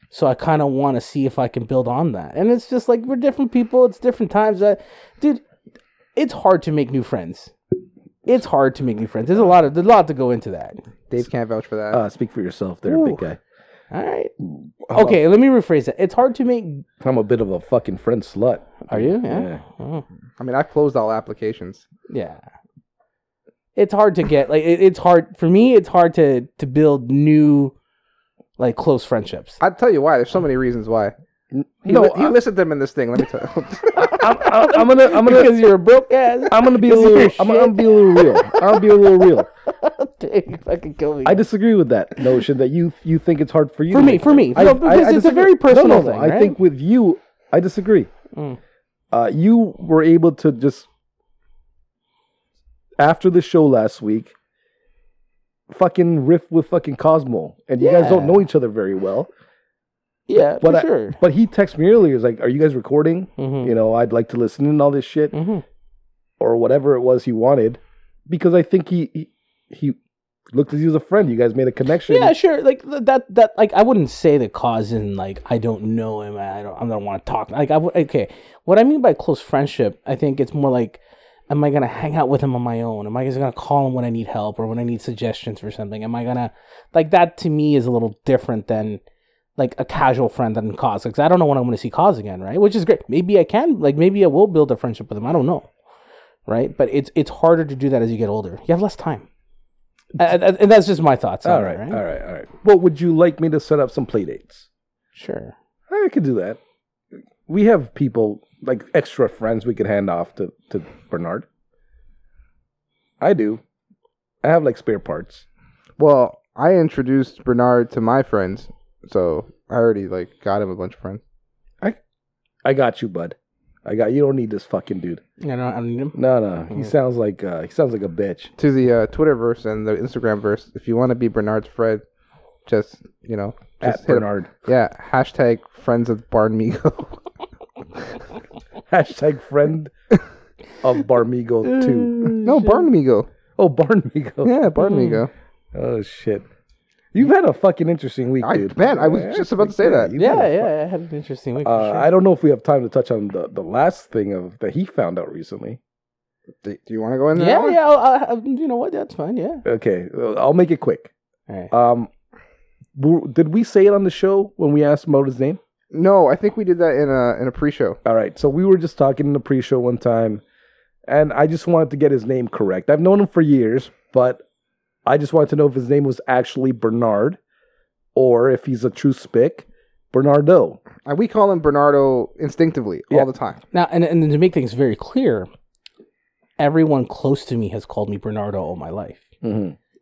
Speaker 2: So I kind of want to see if I can build on that. And it's just like we're different people, it's different times that dude, it's hard to make new friends. It's hard to make new friends. There's a lot of there's a lot to go into that.
Speaker 1: Dave can't vouch for that.
Speaker 3: Uh, speak for yourself, there,
Speaker 2: Ooh.
Speaker 3: big guy.
Speaker 2: All right. Okay, let me rephrase that. It's hard to make
Speaker 3: I'm a bit of a fucking friend slut.
Speaker 2: Are you? Yeah.
Speaker 3: Yeah.
Speaker 2: Oh.
Speaker 1: I mean, I closed all applications.
Speaker 2: Yeah. It's hard to get like it, it's hard for me. It's hard to to build new, like close friendships.
Speaker 1: I'll tell you why. There's so many reasons why. He,
Speaker 3: no,
Speaker 1: li- he
Speaker 3: I-
Speaker 1: listed them in this thing. Let me tell you.
Speaker 3: I'm, I'm, I'm gonna, I'm gonna,
Speaker 2: because you're a broke ass.
Speaker 3: I'm gonna be a
Speaker 2: Because
Speaker 3: little,
Speaker 2: you're
Speaker 3: I'm, gonna- I'm gonna be a little real. I'm gonna be a little real.
Speaker 2: Dude, you fucking kill me.
Speaker 3: I disagree with that notion that you, you think it's hard for you.
Speaker 2: For
Speaker 3: to
Speaker 2: me,
Speaker 3: make
Speaker 2: for me.
Speaker 3: friends.
Speaker 2: No, because it's a
Speaker 3: disagree.
Speaker 2: very
Speaker 3: no,
Speaker 2: personal
Speaker 3: no, no.
Speaker 2: thing,
Speaker 3: I
Speaker 2: right?
Speaker 3: think with you, I disagree.
Speaker 2: Mm.
Speaker 3: Uh, you were able to just after the show last week, fucking riff with fucking Cosmo, and you guys don't
Speaker 2: Yeah.
Speaker 3: know each other very well.
Speaker 2: yeah,
Speaker 3: But
Speaker 2: for
Speaker 3: I-
Speaker 2: sure.
Speaker 3: But he texted me earlier. He's like, "Are you guys recording?
Speaker 2: Mhm.
Speaker 3: You know, I'd like to listen and all this shit."
Speaker 2: hmm
Speaker 3: or whatever it was he wanted, because I think he he, he looked as he was a friend. You guys made a connection.
Speaker 2: Yeah, sure. Like th- that. That like I wouldn't say the cause in like I don't know him. I don't. I don't want to talk. Like I would. Okay. What I mean by close friendship, I think it's more like, am I gonna hang out with him on my own? Am I just gonna call him when I need help or when I need suggestions for something? Am I gonna like that? To me, is a little different than like a casual friend than cause. Because I don't know when I'm gonna see cause again, right? Which is great. Maybe I can. Like maybe I will build a friendship with him. I don't know. Right, but it's it's harder to do that as you get older. You have less time, and, and- and that's just my thoughts. on
Speaker 3: All
Speaker 2: it,
Speaker 3: right, all right, all right. Well, would you like me to set up some play dates?
Speaker 2: Sure.
Speaker 3: I could do that. We have people like extra friends we could hand off to to Bernard. I do. I have like spare parts.
Speaker 1: well, I introduced Bernard to my friends, so I already like got him a bunch of friends.
Speaker 3: I got you, bud. I got you. Don't need this fucking dude.
Speaker 2: I don't, I don't need him.
Speaker 3: No, no. He sounds like uh, he sounds like a bitch.
Speaker 1: To the uh, Twitterverse and the Instagramverse, if you want to be Bernard's friend, just you know, just
Speaker 3: At
Speaker 1: hit him.
Speaker 3: Bernard.
Speaker 1: Yeah, hashtag friends of Barnmigo.
Speaker 3: Hashtag friend of Barmigo
Speaker 2: Mm.
Speaker 3: too.
Speaker 1: no, Barnmigo.
Speaker 3: Oh, Barmigo.
Speaker 1: Uh. Yeah, Barnmigo.
Speaker 3: Oh shit. You've had a fucking interesting week,
Speaker 1: I-
Speaker 3: dude.
Speaker 1: man, I was just about to say that.
Speaker 3: you've had
Speaker 2: Yeah,
Speaker 3: a fu-
Speaker 2: yeah, I had an interesting week. for
Speaker 3: Uh,
Speaker 2: sure.
Speaker 3: I don't know if we have time to touch on the, the last thing of that he found out recently.
Speaker 1: Do, do you want to go in there?
Speaker 2: yeah, yeah. I'll, I'll, I'll- you know what? That's fine. Yeah.
Speaker 3: Okay, well, I'll make it quick.
Speaker 2: All right.
Speaker 3: Um, w- did we say it on the show when we asked him out his name?
Speaker 1: No, I think we did that in a in a pre-show.
Speaker 3: All right, so we were just talking in the pre-show one time, and I just wanted to get his name correct. I've known him for years, but I just wanted to know if his name was actually Bernard, or if he's a true spick, Bernardo.
Speaker 1: And Uh, we call him Bernardo instinctively
Speaker 3: Yeah.
Speaker 1: all the time.
Speaker 2: Now, and, and to make things very clear, everyone close to me has called me Bernardo all my life.
Speaker 3: And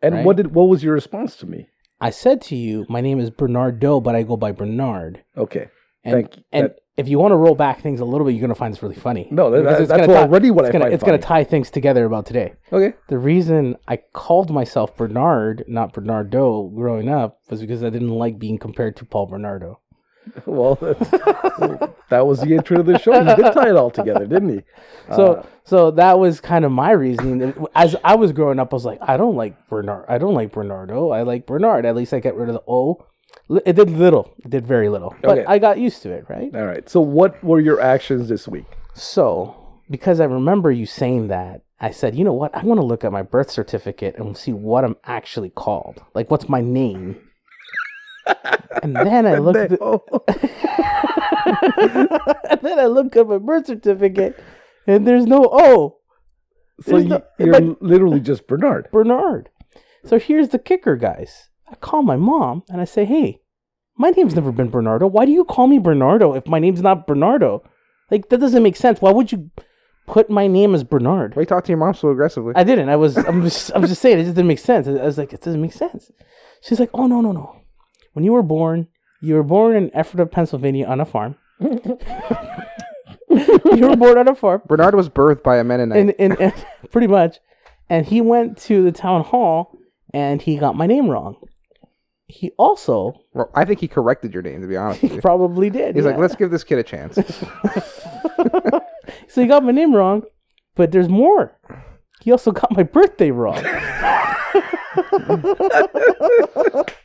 Speaker 2: Mm-hmm. Right.
Speaker 3: what did what was your response to me?
Speaker 2: I said to you, my name is Bernardo, but I go by Bernard.
Speaker 3: Okay.
Speaker 2: And,
Speaker 3: Thank-
Speaker 2: and
Speaker 3: that-
Speaker 2: if you want to roll back things a little bit, you're going to find this really funny.
Speaker 3: No, that-
Speaker 2: Because it's
Speaker 3: that's
Speaker 2: gonna
Speaker 3: already what
Speaker 2: it's
Speaker 3: I
Speaker 2: gonna,
Speaker 3: find
Speaker 2: It's going
Speaker 3: funny.
Speaker 2: to tie things together about today.
Speaker 3: Okay.
Speaker 2: The reason I called myself Bernard, not Bernardo, growing up was because I didn't like being compared to Paul Bernardo.
Speaker 3: Well, that's- that was the intro to the show. He did tie it all together, didn't he?
Speaker 2: So, so that was kind of my reasoning. As I was growing up, I was like, I don't like Bernard. I don't like Bernardo. I like Bernard. At least I get rid of the O. Li- It did little. It did very little. But
Speaker 3: Okay.
Speaker 2: I got used to it, right?
Speaker 3: All right. So, what were your actions this week?
Speaker 2: So, because I remember you saying that, I said, you know what? I want to look at my birth certificate and see what I'm actually called. Like, what's my name? and then I looked.
Speaker 3: They-
Speaker 2: th-
Speaker 3: oh,
Speaker 2: and then I look up my birth certificate, and there's no O.
Speaker 3: so
Speaker 2: There's
Speaker 3: you,
Speaker 2: no-
Speaker 3: you're
Speaker 2: like-
Speaker 3: literally just Bernard.
Speaker 2: Bernard. So here's the kicker, guys. I call my mom and I say, hey, my name's never been Bernardo. Why do you call me Bernardo if my name's not Bernardo? Like, that doesn't make sense. Why would you put my name as Bernard?
Speaker 1: Why you talk to your mom so aggressively?
Speaker 2: I didn't. I was. I'm just. I'm just saying. It just didn't make sense. I was like, it doesn't make sense. She's like, oh no no no. When you were born, you were born in Effort, Pennsylvania, on a farm. you were born on a farm,
Speaker 1: Bernard was birthed by a Mennonite.
Speaker 2: and, and, and pretty much, and he went to the town hall, and he got my name wrong. He also
Speaker 1: well, I think he corrected your name, to be honest with you.
Speaker 2: probably did.
Speaker 1: He's like,
Speaker 2: yeah.
Speaker 1: let's give this kid a chance.
Speaker 2: So he got my name wrong, but there's more. He also got my birthday wrong.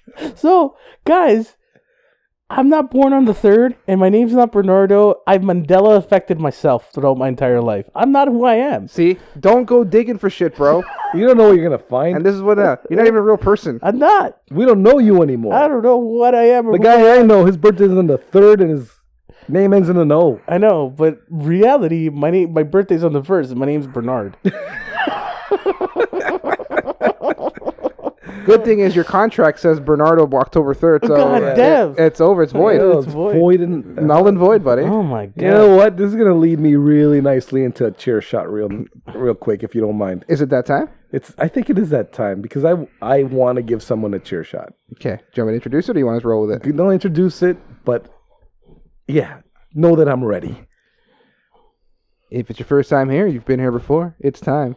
Speaker 2: so, guys, I'm not born on the third, and my name's not Bernardo. I've Mandela affected myself throughout my entire life. I'm not who I am.
Speaker 1: See, don't go digging for shit, bro.
Speaker 3: You don't know what you're gonna find.
Speaker 1: And this is what uh, you're not even a real person.
Speaker 2: I'm not.
Speaker 3: we don't know you anymore.
Speaker 2: I don't know what I am. Or
Speaker 3: the
Speaker 2: who-
Speaker 3: guy I know, his birthday's on the third, and his name ends in an O.
Speaker 2: I know, but reality, my name, my birthday's on the first. and My name's Bernard.
Speaker 1: Good thing is your contract says Bernardo October third, so
Speaker 2: God
Speaker 1: it-
Speaker 2: damn.
Speaker 1: it's over. It's void.
Speaker 3: Oh,
Speaker 2: it's
Speaker 3: it's
Speaker 2: void.
Speaker 3: void and
Speaker 1: Null and void, buddy.
Speaker 2: oh my
Speaker 3: You
Speaker 2: god!
Speaker 3: know what? This is gonna lead me really nicely into a chair shot, real, real quick, if you don't mind.
Speaker 1: Is it that time?
Speaker 3: It's. I think it is that time because I I want to give someone a chair shot.
Speaker 1: Okay. Do you want me to introduce it or do you want us to roll with it?
Speaker 3: You don't introduce it, but yeah, know that I'm ready.
Speaker 1: If it's your first time here, you've been here before, it's time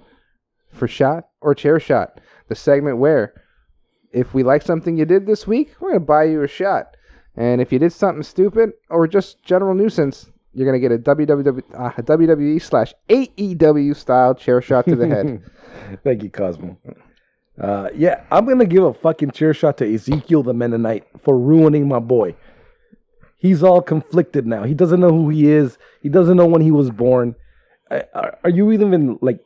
Speaker 1: for Shot or Chair Shot, the segment where if we like something you did this week, we're going to buy you a shot. And if you did something stupid or just general nuisance, you're going to get a, WWW, uh, a WWE slash AEW style chair shot to the head.
Speaker 3: Thank you, Cosmo. Uh, yeah, I'm gonna give a fucking chair shot to Ezekiel the Mennonite for ruining my boy. He's all conflicted now. He doesn't know who he is. He doesn't know when he was born. I- Are, are you even like?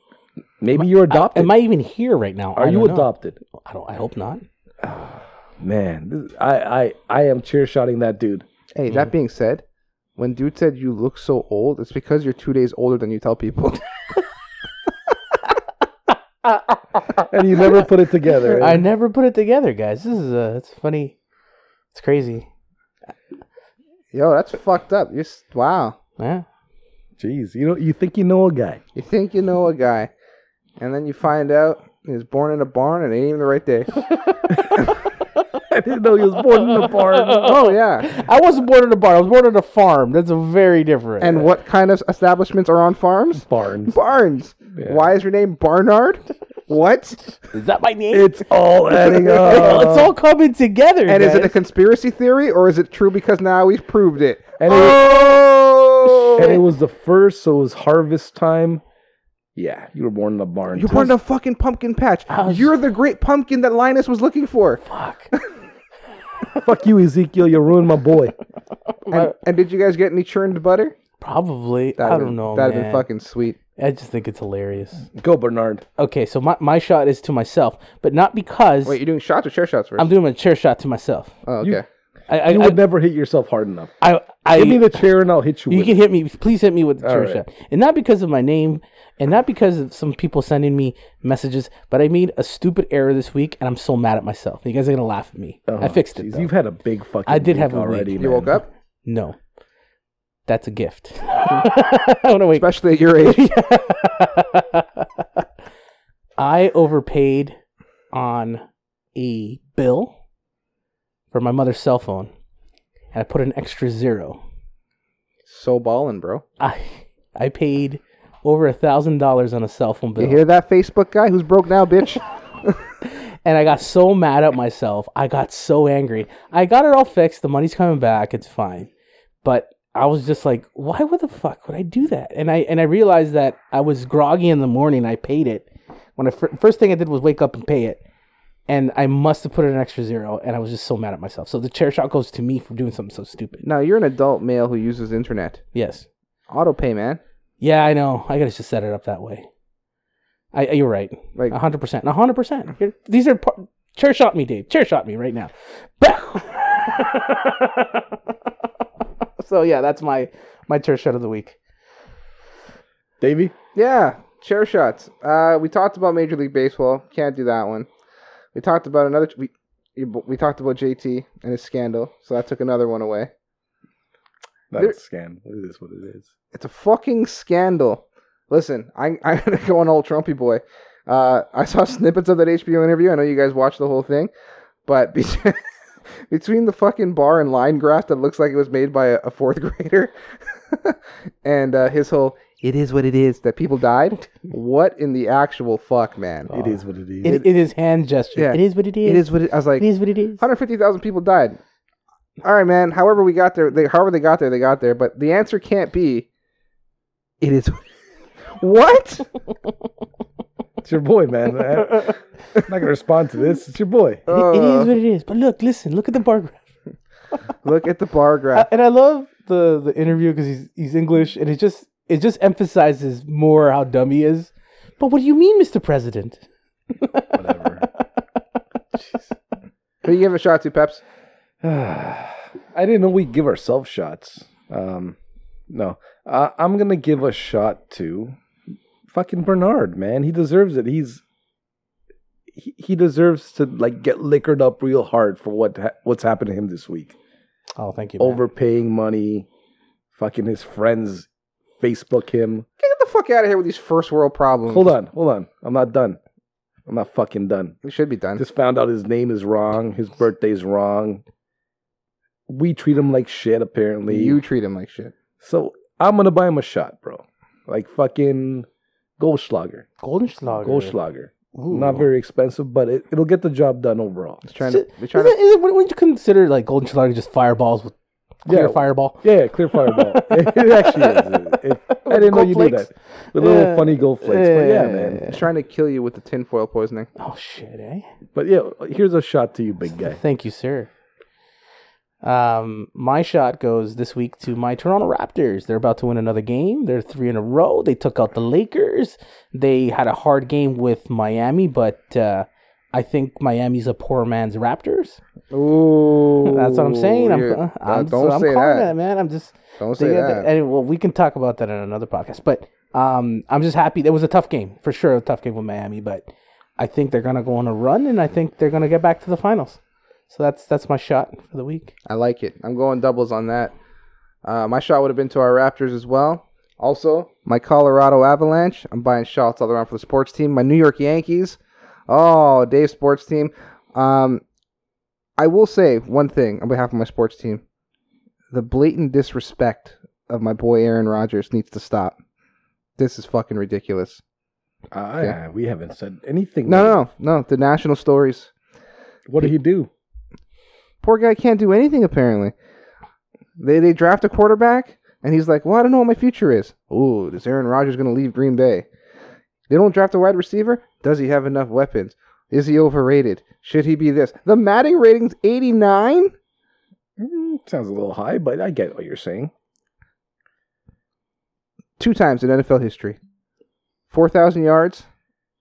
Speaker 3: Maybe you're adopted.
Speaker 2: Am I even here right now?
Speaker 3: are
Speaker 2: I
Speaker 3: you
Speaker 2: don't know.
Speaker 3: adopted?
Speaker 2: I don't. I hope not.
Speaker 3: Man, this, I, I I am chair shotting that dude.
Speaker 1: hey, that being said, when dude said you look so old, it's because you're two days older than you tell people.
Speaker 3: And you never put it together.
Speaker 2: I never put it together, guys. This is a. It's funny. It's crazy.
Speaker 1: Yo, that's fucked up. You're, s- wow.
Speaker 2: Yeah.
Speaker 3: Jeez, you know you think you know a guy.
Speaker 1: You think you know a guy, and then you find out he was born in a barn and it ain't even the right day.
Speaker 3: I didn't know he was born in a barn.
Speaker 1: oh yeah.
Speaker 2: I wasn't born in a barn. I was born on a farm. That's a very different.
Speaker 1: And what kind of establishments are on farms?
Speaker 3: Barns.
Speaker 1: Barns. Why is your name Barnard? what?
Speaker 2: is that my name?
Speaker 3: It's all adding
Speaker 2: Well,
Speaker 3: up.
Speaker 2: it's all coming together.
Speaker 1: uh, And is it a
Speaker 2: guys.
Speaker 1: conspiracy theory or is it true because now we've proved it?
Speaker 3: And it-
Speaker 1: oh,
Speaker 3: and it was the first, so it was harvest time. Yeah, you were born in a barn.
Speaker 1: you burned a fucking pumpkin patch.
Speaker 2: How's-
Speaker 1: You're the great pumpkin that Linus was looking for.
Speaker 2: fuck?
Speaker 3: Fuck you, Ezekiel. You ruined my boy.
Speaker 1: And, and did you guys get any churned butter?
Speaker 2: Probably. I
Speaker 1: That'd
Speaker 2: don't
Speaker 1: been-
Speaker 2: know.
Speaker 1: That'd be
Speaker 2: man.
Speaker 1: fucking sweet.
Speaker 2: I just think it's hilarious.
Speaker 3: Go, Bernard.
Speaker 2: Okay, so my, my shot is to myself, but not because
Speaker 1: Wait, you're doing shots or chair shots 1st
Speaker 2: I'm doing a chair shot to myself.
Speaker 1: oh, okay.
Speaker 3: you-
Speaker 2: I I,
Speaker 3: You
Speaker 2: I,
Speaker 3: would never hit yourself hard enough.
Speaker 2: I, I
Speaker 3: Give me the chair and I'll hit you.
Speaker 2: You
Speaker 3: with
Speaker 2: can hit me. Please hit me with the
Speaker 3: All
Speaker 2: chair
Speaker 3: right.
Speaker 2: shot. And not because of my name and not because of some people sending me messages, but I made a stupid error this week and I'm so mad at myself. You guys are going to laugh at me.
Speaker 3: it.
Speaker 2: I
Speaker 3: Oh,
Speaker 2: fixed it.
Speaker 3: jeez,
Speaker 2: though.
Speaker 3: You've had a big fucking.
Speaker 2: I did
Speaker 3: week
Speaker 2: have a week.
Speaker 3: already.
Speaker 1: you woke up?
Speaker 2: No. That's a gift. I want to wait.
Speaker 1: Especially at your age.
Speaker 2: I overpaid on a bill for my mother's cell phone and I put an extra zero.
Speaker 1: So ballin', bro.
Speaker 2: I I paid over a thousand dollars on a cell phone bill,
Speaker 1: You hear that Facebook guy who's broke now, bitch?
Speaker 2: and I got so mad at myself. I got so angry. I got it all fixed. The money's coming back. It's fine, but I was just like, why would the fuck would I do that? And I and I realized that I was groggy in the morning. I paid it. When I fir- first thing I did was wake up and pay it. And I must have put in an extra zero, and I was just so mad at myself. So the chair shot goes to me for doing something so stupid.
Speaker 1: no, you're an adult male who uses internet.
Speaker 2: Yes.
Speaker 1: Autopay, man.
Speaker 2: Yeah, I know. I gotta just set it up that way. I, you're right.
Speaker 1: Like,
Speaker 2: A hundred percent. A hundred percent. You're- These are par- chair shot me, Dave. Chair shot me right now. so yeah, that's my my chair shot of the week.
Speaker 3: Davey?
Speaker 1: Yeah, chair shots. Uh, we talked about Major League Baseball. Can't do that one. We talked about another. We we talked about JT and his scandal, so that took another one away.
Speaker 3: Not
Speaker 1: There-
Speaker 3: a scam. It is what it is.
Speaker 1: It's a fucking scandal. Listen, I, I'm gonna go on old Trumpy boy. Uh, I saw snippets of that HBO interview. I know you guys watched the whole thing, but be- between the fucking bar and line graph that looks like it was made by a, a fourth grader, and uh, his whole "it is what it is" that people died. What in the actual fuck, man?
Speaker 3: it is what it is.
Speaker 2: It, it is hand gesture.
Speaker 1: Yeah.
Speaker 2: It is what it is.
Speaker 1: It is what it, I was like.
Speaker 2: It is what it is.
Speaker 1: 150,000 people died. All right, man. However we got there, they, however they got there, they got there. But the answer can't be. It is. what?
Speaker 3: it's your boy, man. I, am not gonna respond to this. It's your boy.
Speaker 2: It- it is what it is. But look, listen, look at the bar graph.
Speaker 1: Look at the bar graph.
Speaker 2: I- and I love the the interview because he's he's English, and it just it just emphasizes more how dumb he is. But what do you mean, Mr. President?
Speaker 3: Whatever.
Speaker 1: Who you giving a shot to, Peps?
Speaker 3: I didn't know we give ourselves shots. Um, no, uh, I'm gonna give a shot to fucking Bernard, man. He deserves it. He's he, he deserves to like get liquored up real hard for what ha- what's happened to him this week.
Speaker 2: Oh, thank you. Over.
Speaker 3: Overpaying money, fucking his friends, Facebook him.
Speaker 1: Get the fuck out of here with these first world problems.
Speaker 3: Hold on, hold on. I'm not done. I'm not fucking done.
Speaker 1: You should be done.
Speaker 3: Just found out his name is wrong. His birthday's wrong. We treat him like shit. Apparently,
Speaker 1: you treat him like shit.
Speaker 3: So I'm gonna buy him a shot, bro. Like fucking Goldschlager.
Speaker 2: Goldenschlager.
Speaker 3: Goldschlager.
Speaker 2: Ooh.
Speaker 3: Not very expensive, but it, it'll get the job done overall.
Speaker 1: He's trying to. He's trying
Speaker 2: Is
Speaker 1: to.
Speaker 2: it, is it, wouldn't you consider like Goldenschlager just fireballs with clear
Speaker 3: Yeah.
Speaker 2: fireball?
Speaker 3: Yeah, yeah, clear fireball. it actually is. It- I didn't know
Speaker 2: Gold
Speaker 3: you knew
Speaker 2: flakes?
Speaker 3: that. The little
Speaker 2: Yeah.
Speaker 3: funny gold flakes. But yeah, man.
Speaker 1: He's trying to kill you with the tinfoil poisoning.
Speaker 2: Oh shit, eh?
Speaker 3: But yeah, here's a shot to you, big guy.
Speaker 2: Thank you, sir. Um, my shot goes this week to my Toronto Raptors. They're about to win another game. They're three in a row. They took out the Lakers. They had a hard game with Miami, but uh, I think Miami's a poor man's Raptors.
Speaker 1: Ooh,
Speaker 2: That's what I'm saying. I'm, uh,
Speaker 1: you're-
Speaker 2: I'm,
Speaker 1: don't
Speaker 2: I'm
Speaker 1: say
Speaker 2: calling
Speaker 1: that.
Speaker 2: that, man. I'm just
Speaker 1: Don't say
Speaker 2: They got
Speaker 1: that.
Speaker 2: the- and, well, we can talk about that in another podcast. But um, I'm just happy. It was a tough game for sure, a tough game with Miami. But I think they're gonna go on a run, and I think they're gonna get back to the finals. So that's that's my shot for the week.
Speaker 1: I like it. I'm going doubles on that. Uh, my shot would have been to our Raptors as well. Also, my Colorado Avalanche. I'm buying shots all around for the sports team. My New York Yankees. Oh, Dave's sports team. Um, I will say one thing on behalf of my sports team: the blatant disrespect of my boy Aaron Rodgers needs to stop. This is fucking ridiculous.
Speaker 3: Ah, yeah, we haven't said anything.
Speaker 1: No, no, no. The national stories.
Speaker 3: What did he do?
Speaker 1: poor guy can't do anything apparently. They they draft a quarterback and he's like, "Well, I don't know what my future is." Ooh, is Aaron Rodgers going to leave Green Bay? They don't draft a wide receiver. Does he have enough weapons? Is he overrated? Should he be this? The Matting rating's 89?
Speaker 3: Mm, sounds a little high, but I get what you're saying.
Speaker 1: Two times in NFL history. 4,000 yards,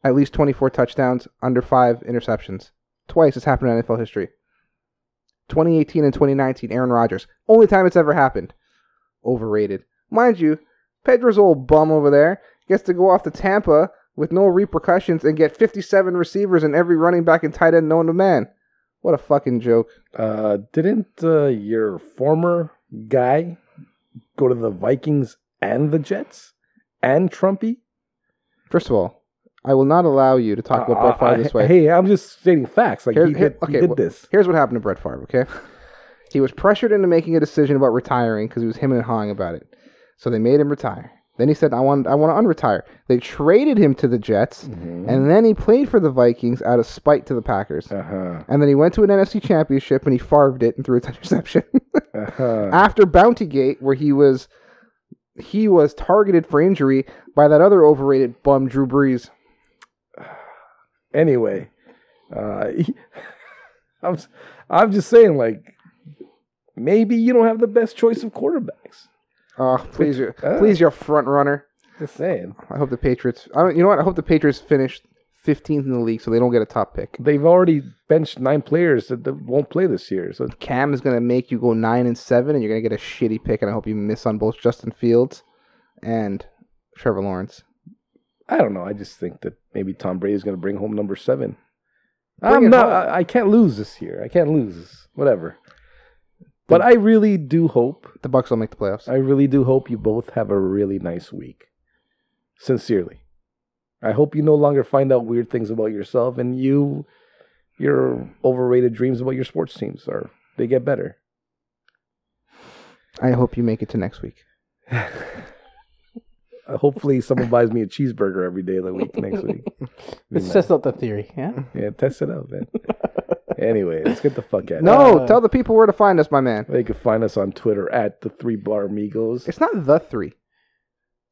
Speaker 1: at least 24 touchdowns, under 5 interceptions. Twice it's happened in NFL history. 2018 and 2019, Aaron Rodgers. Only time it's ever happened. Overrated. Mind you, Pedro's old bum over there gets to go off to Tampa with no repercussions and get 57 receivers and every running back and tight end known to man. What a fucking joke.
Speaker 3: Uh, didn't uh, your former guy go to the Vikings and the Jets and Trumpy?
Speaker 1: First of all, I will not allow you to talk about Brett Favre
Speaker 3: Uh,
Speaker 1: this way.
Speaker 3: Hey, I'm just stating facts. Like
Speaker 1: Here-
Speaker 3: he
Speaker 1: here-
Speaker 3: did,
Speaker 1: okay,
Speaker 3: he did
Speaker 1: well-
Speaker 3: this.
Speaker 1: Here's what happened to Brett Favre, okay? He was pressured into making a decision about retiring because he was him and hawing about it. So they made him retire. Then he said, "I want, I want to unretire." They traded him to the Jets,
Speaker 3: Mm-hmm.
Speaker 1: and then he played for the Vikings out of spite to the Packers.
Speaker 3: Uh-huh.
Speaker 1: And then he went to an NFC Championship and he farved it and threw a interception
Speaker 3: Uh-huh.
Speaker 1: after Bounty Gate, where he was, he was targeted for injury by that other overrated bum Drew Brees.
Speaker 3: Anyway, uh, I'm s- I'm just saying like maybe you don't have the best choice of quarterbacks.
Speaker 1: Oh, please, you-
Speaker 3: Uh.
Speaker 1: please, your front runner.
Speaker 3: Just saying.
Speaker 1: I hope the Patriots. I don't. You know what? I hope the Patriots finish 15th in the league, so they don't get a top pick.
Speaker 3: They've already benched nine players that that won't play this year. So
Speaker 1: Cam is gonna make you go nine and seven, and you're gonna get a shitty pick. And I hope you miss on both Justin Fields and Trevor Lawrence.
Speaker 3: I don't know. I just think that maybe Tom Brady is going to bring home number seven.
Speaker 1: Bring
Speaker 3: I'm
Speaker 1: it
Speaker 3: not.
Speaker 1: home.
Speaker 3: I, I can't lose this year. I can't lose. Whatever. But I really do hope.
Speaker 1: The Bucks will make the playoffs.
Speaker 3: I really do hope you both have a really nice week. Sincerely, I hope you no longer find out weird things about yourself and you, your overrated dreams about your sports teams are they get better.
Speaker 1: I hope you make it to next week.
Speaker 3: Uh, Hopefully, someone buys me a cheeseburger every day of the week next week.
Speaker 2: Let's test out the theory. Yeah.
Speaker 3: Yeah, test it out, man. anyway, let's get the fuck out. of
Speaker 1: No,
Speaker 2: Uh,
Speaker 1: tell the people where to find us, my man.
Speaker 3: here. They can find us on Twitter at the Three Bar Migos.
Speaker 1: It's not the three.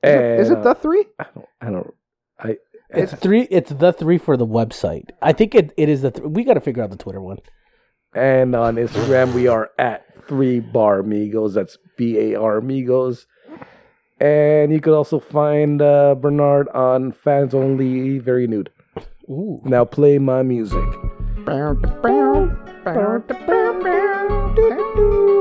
Speaker 1: Is it- is it the three?
Speaker 3: I don't. uh, I don't. I.
Speaker 2: It's three. It's the three for the website. I think it, it is the. Th- we got to figure out the Twitter one.
Speaker 3: And on Instagram, we are at Three Bar Migos. That's B A R Migos. And you could also find uh, Bernard on Fans Only Very Nude.
Speaker 2: Ooh.
Speaker 3: Now play my music.
Speaker 1: Bow, bow, bow, bow, bow, bow, doo, doo.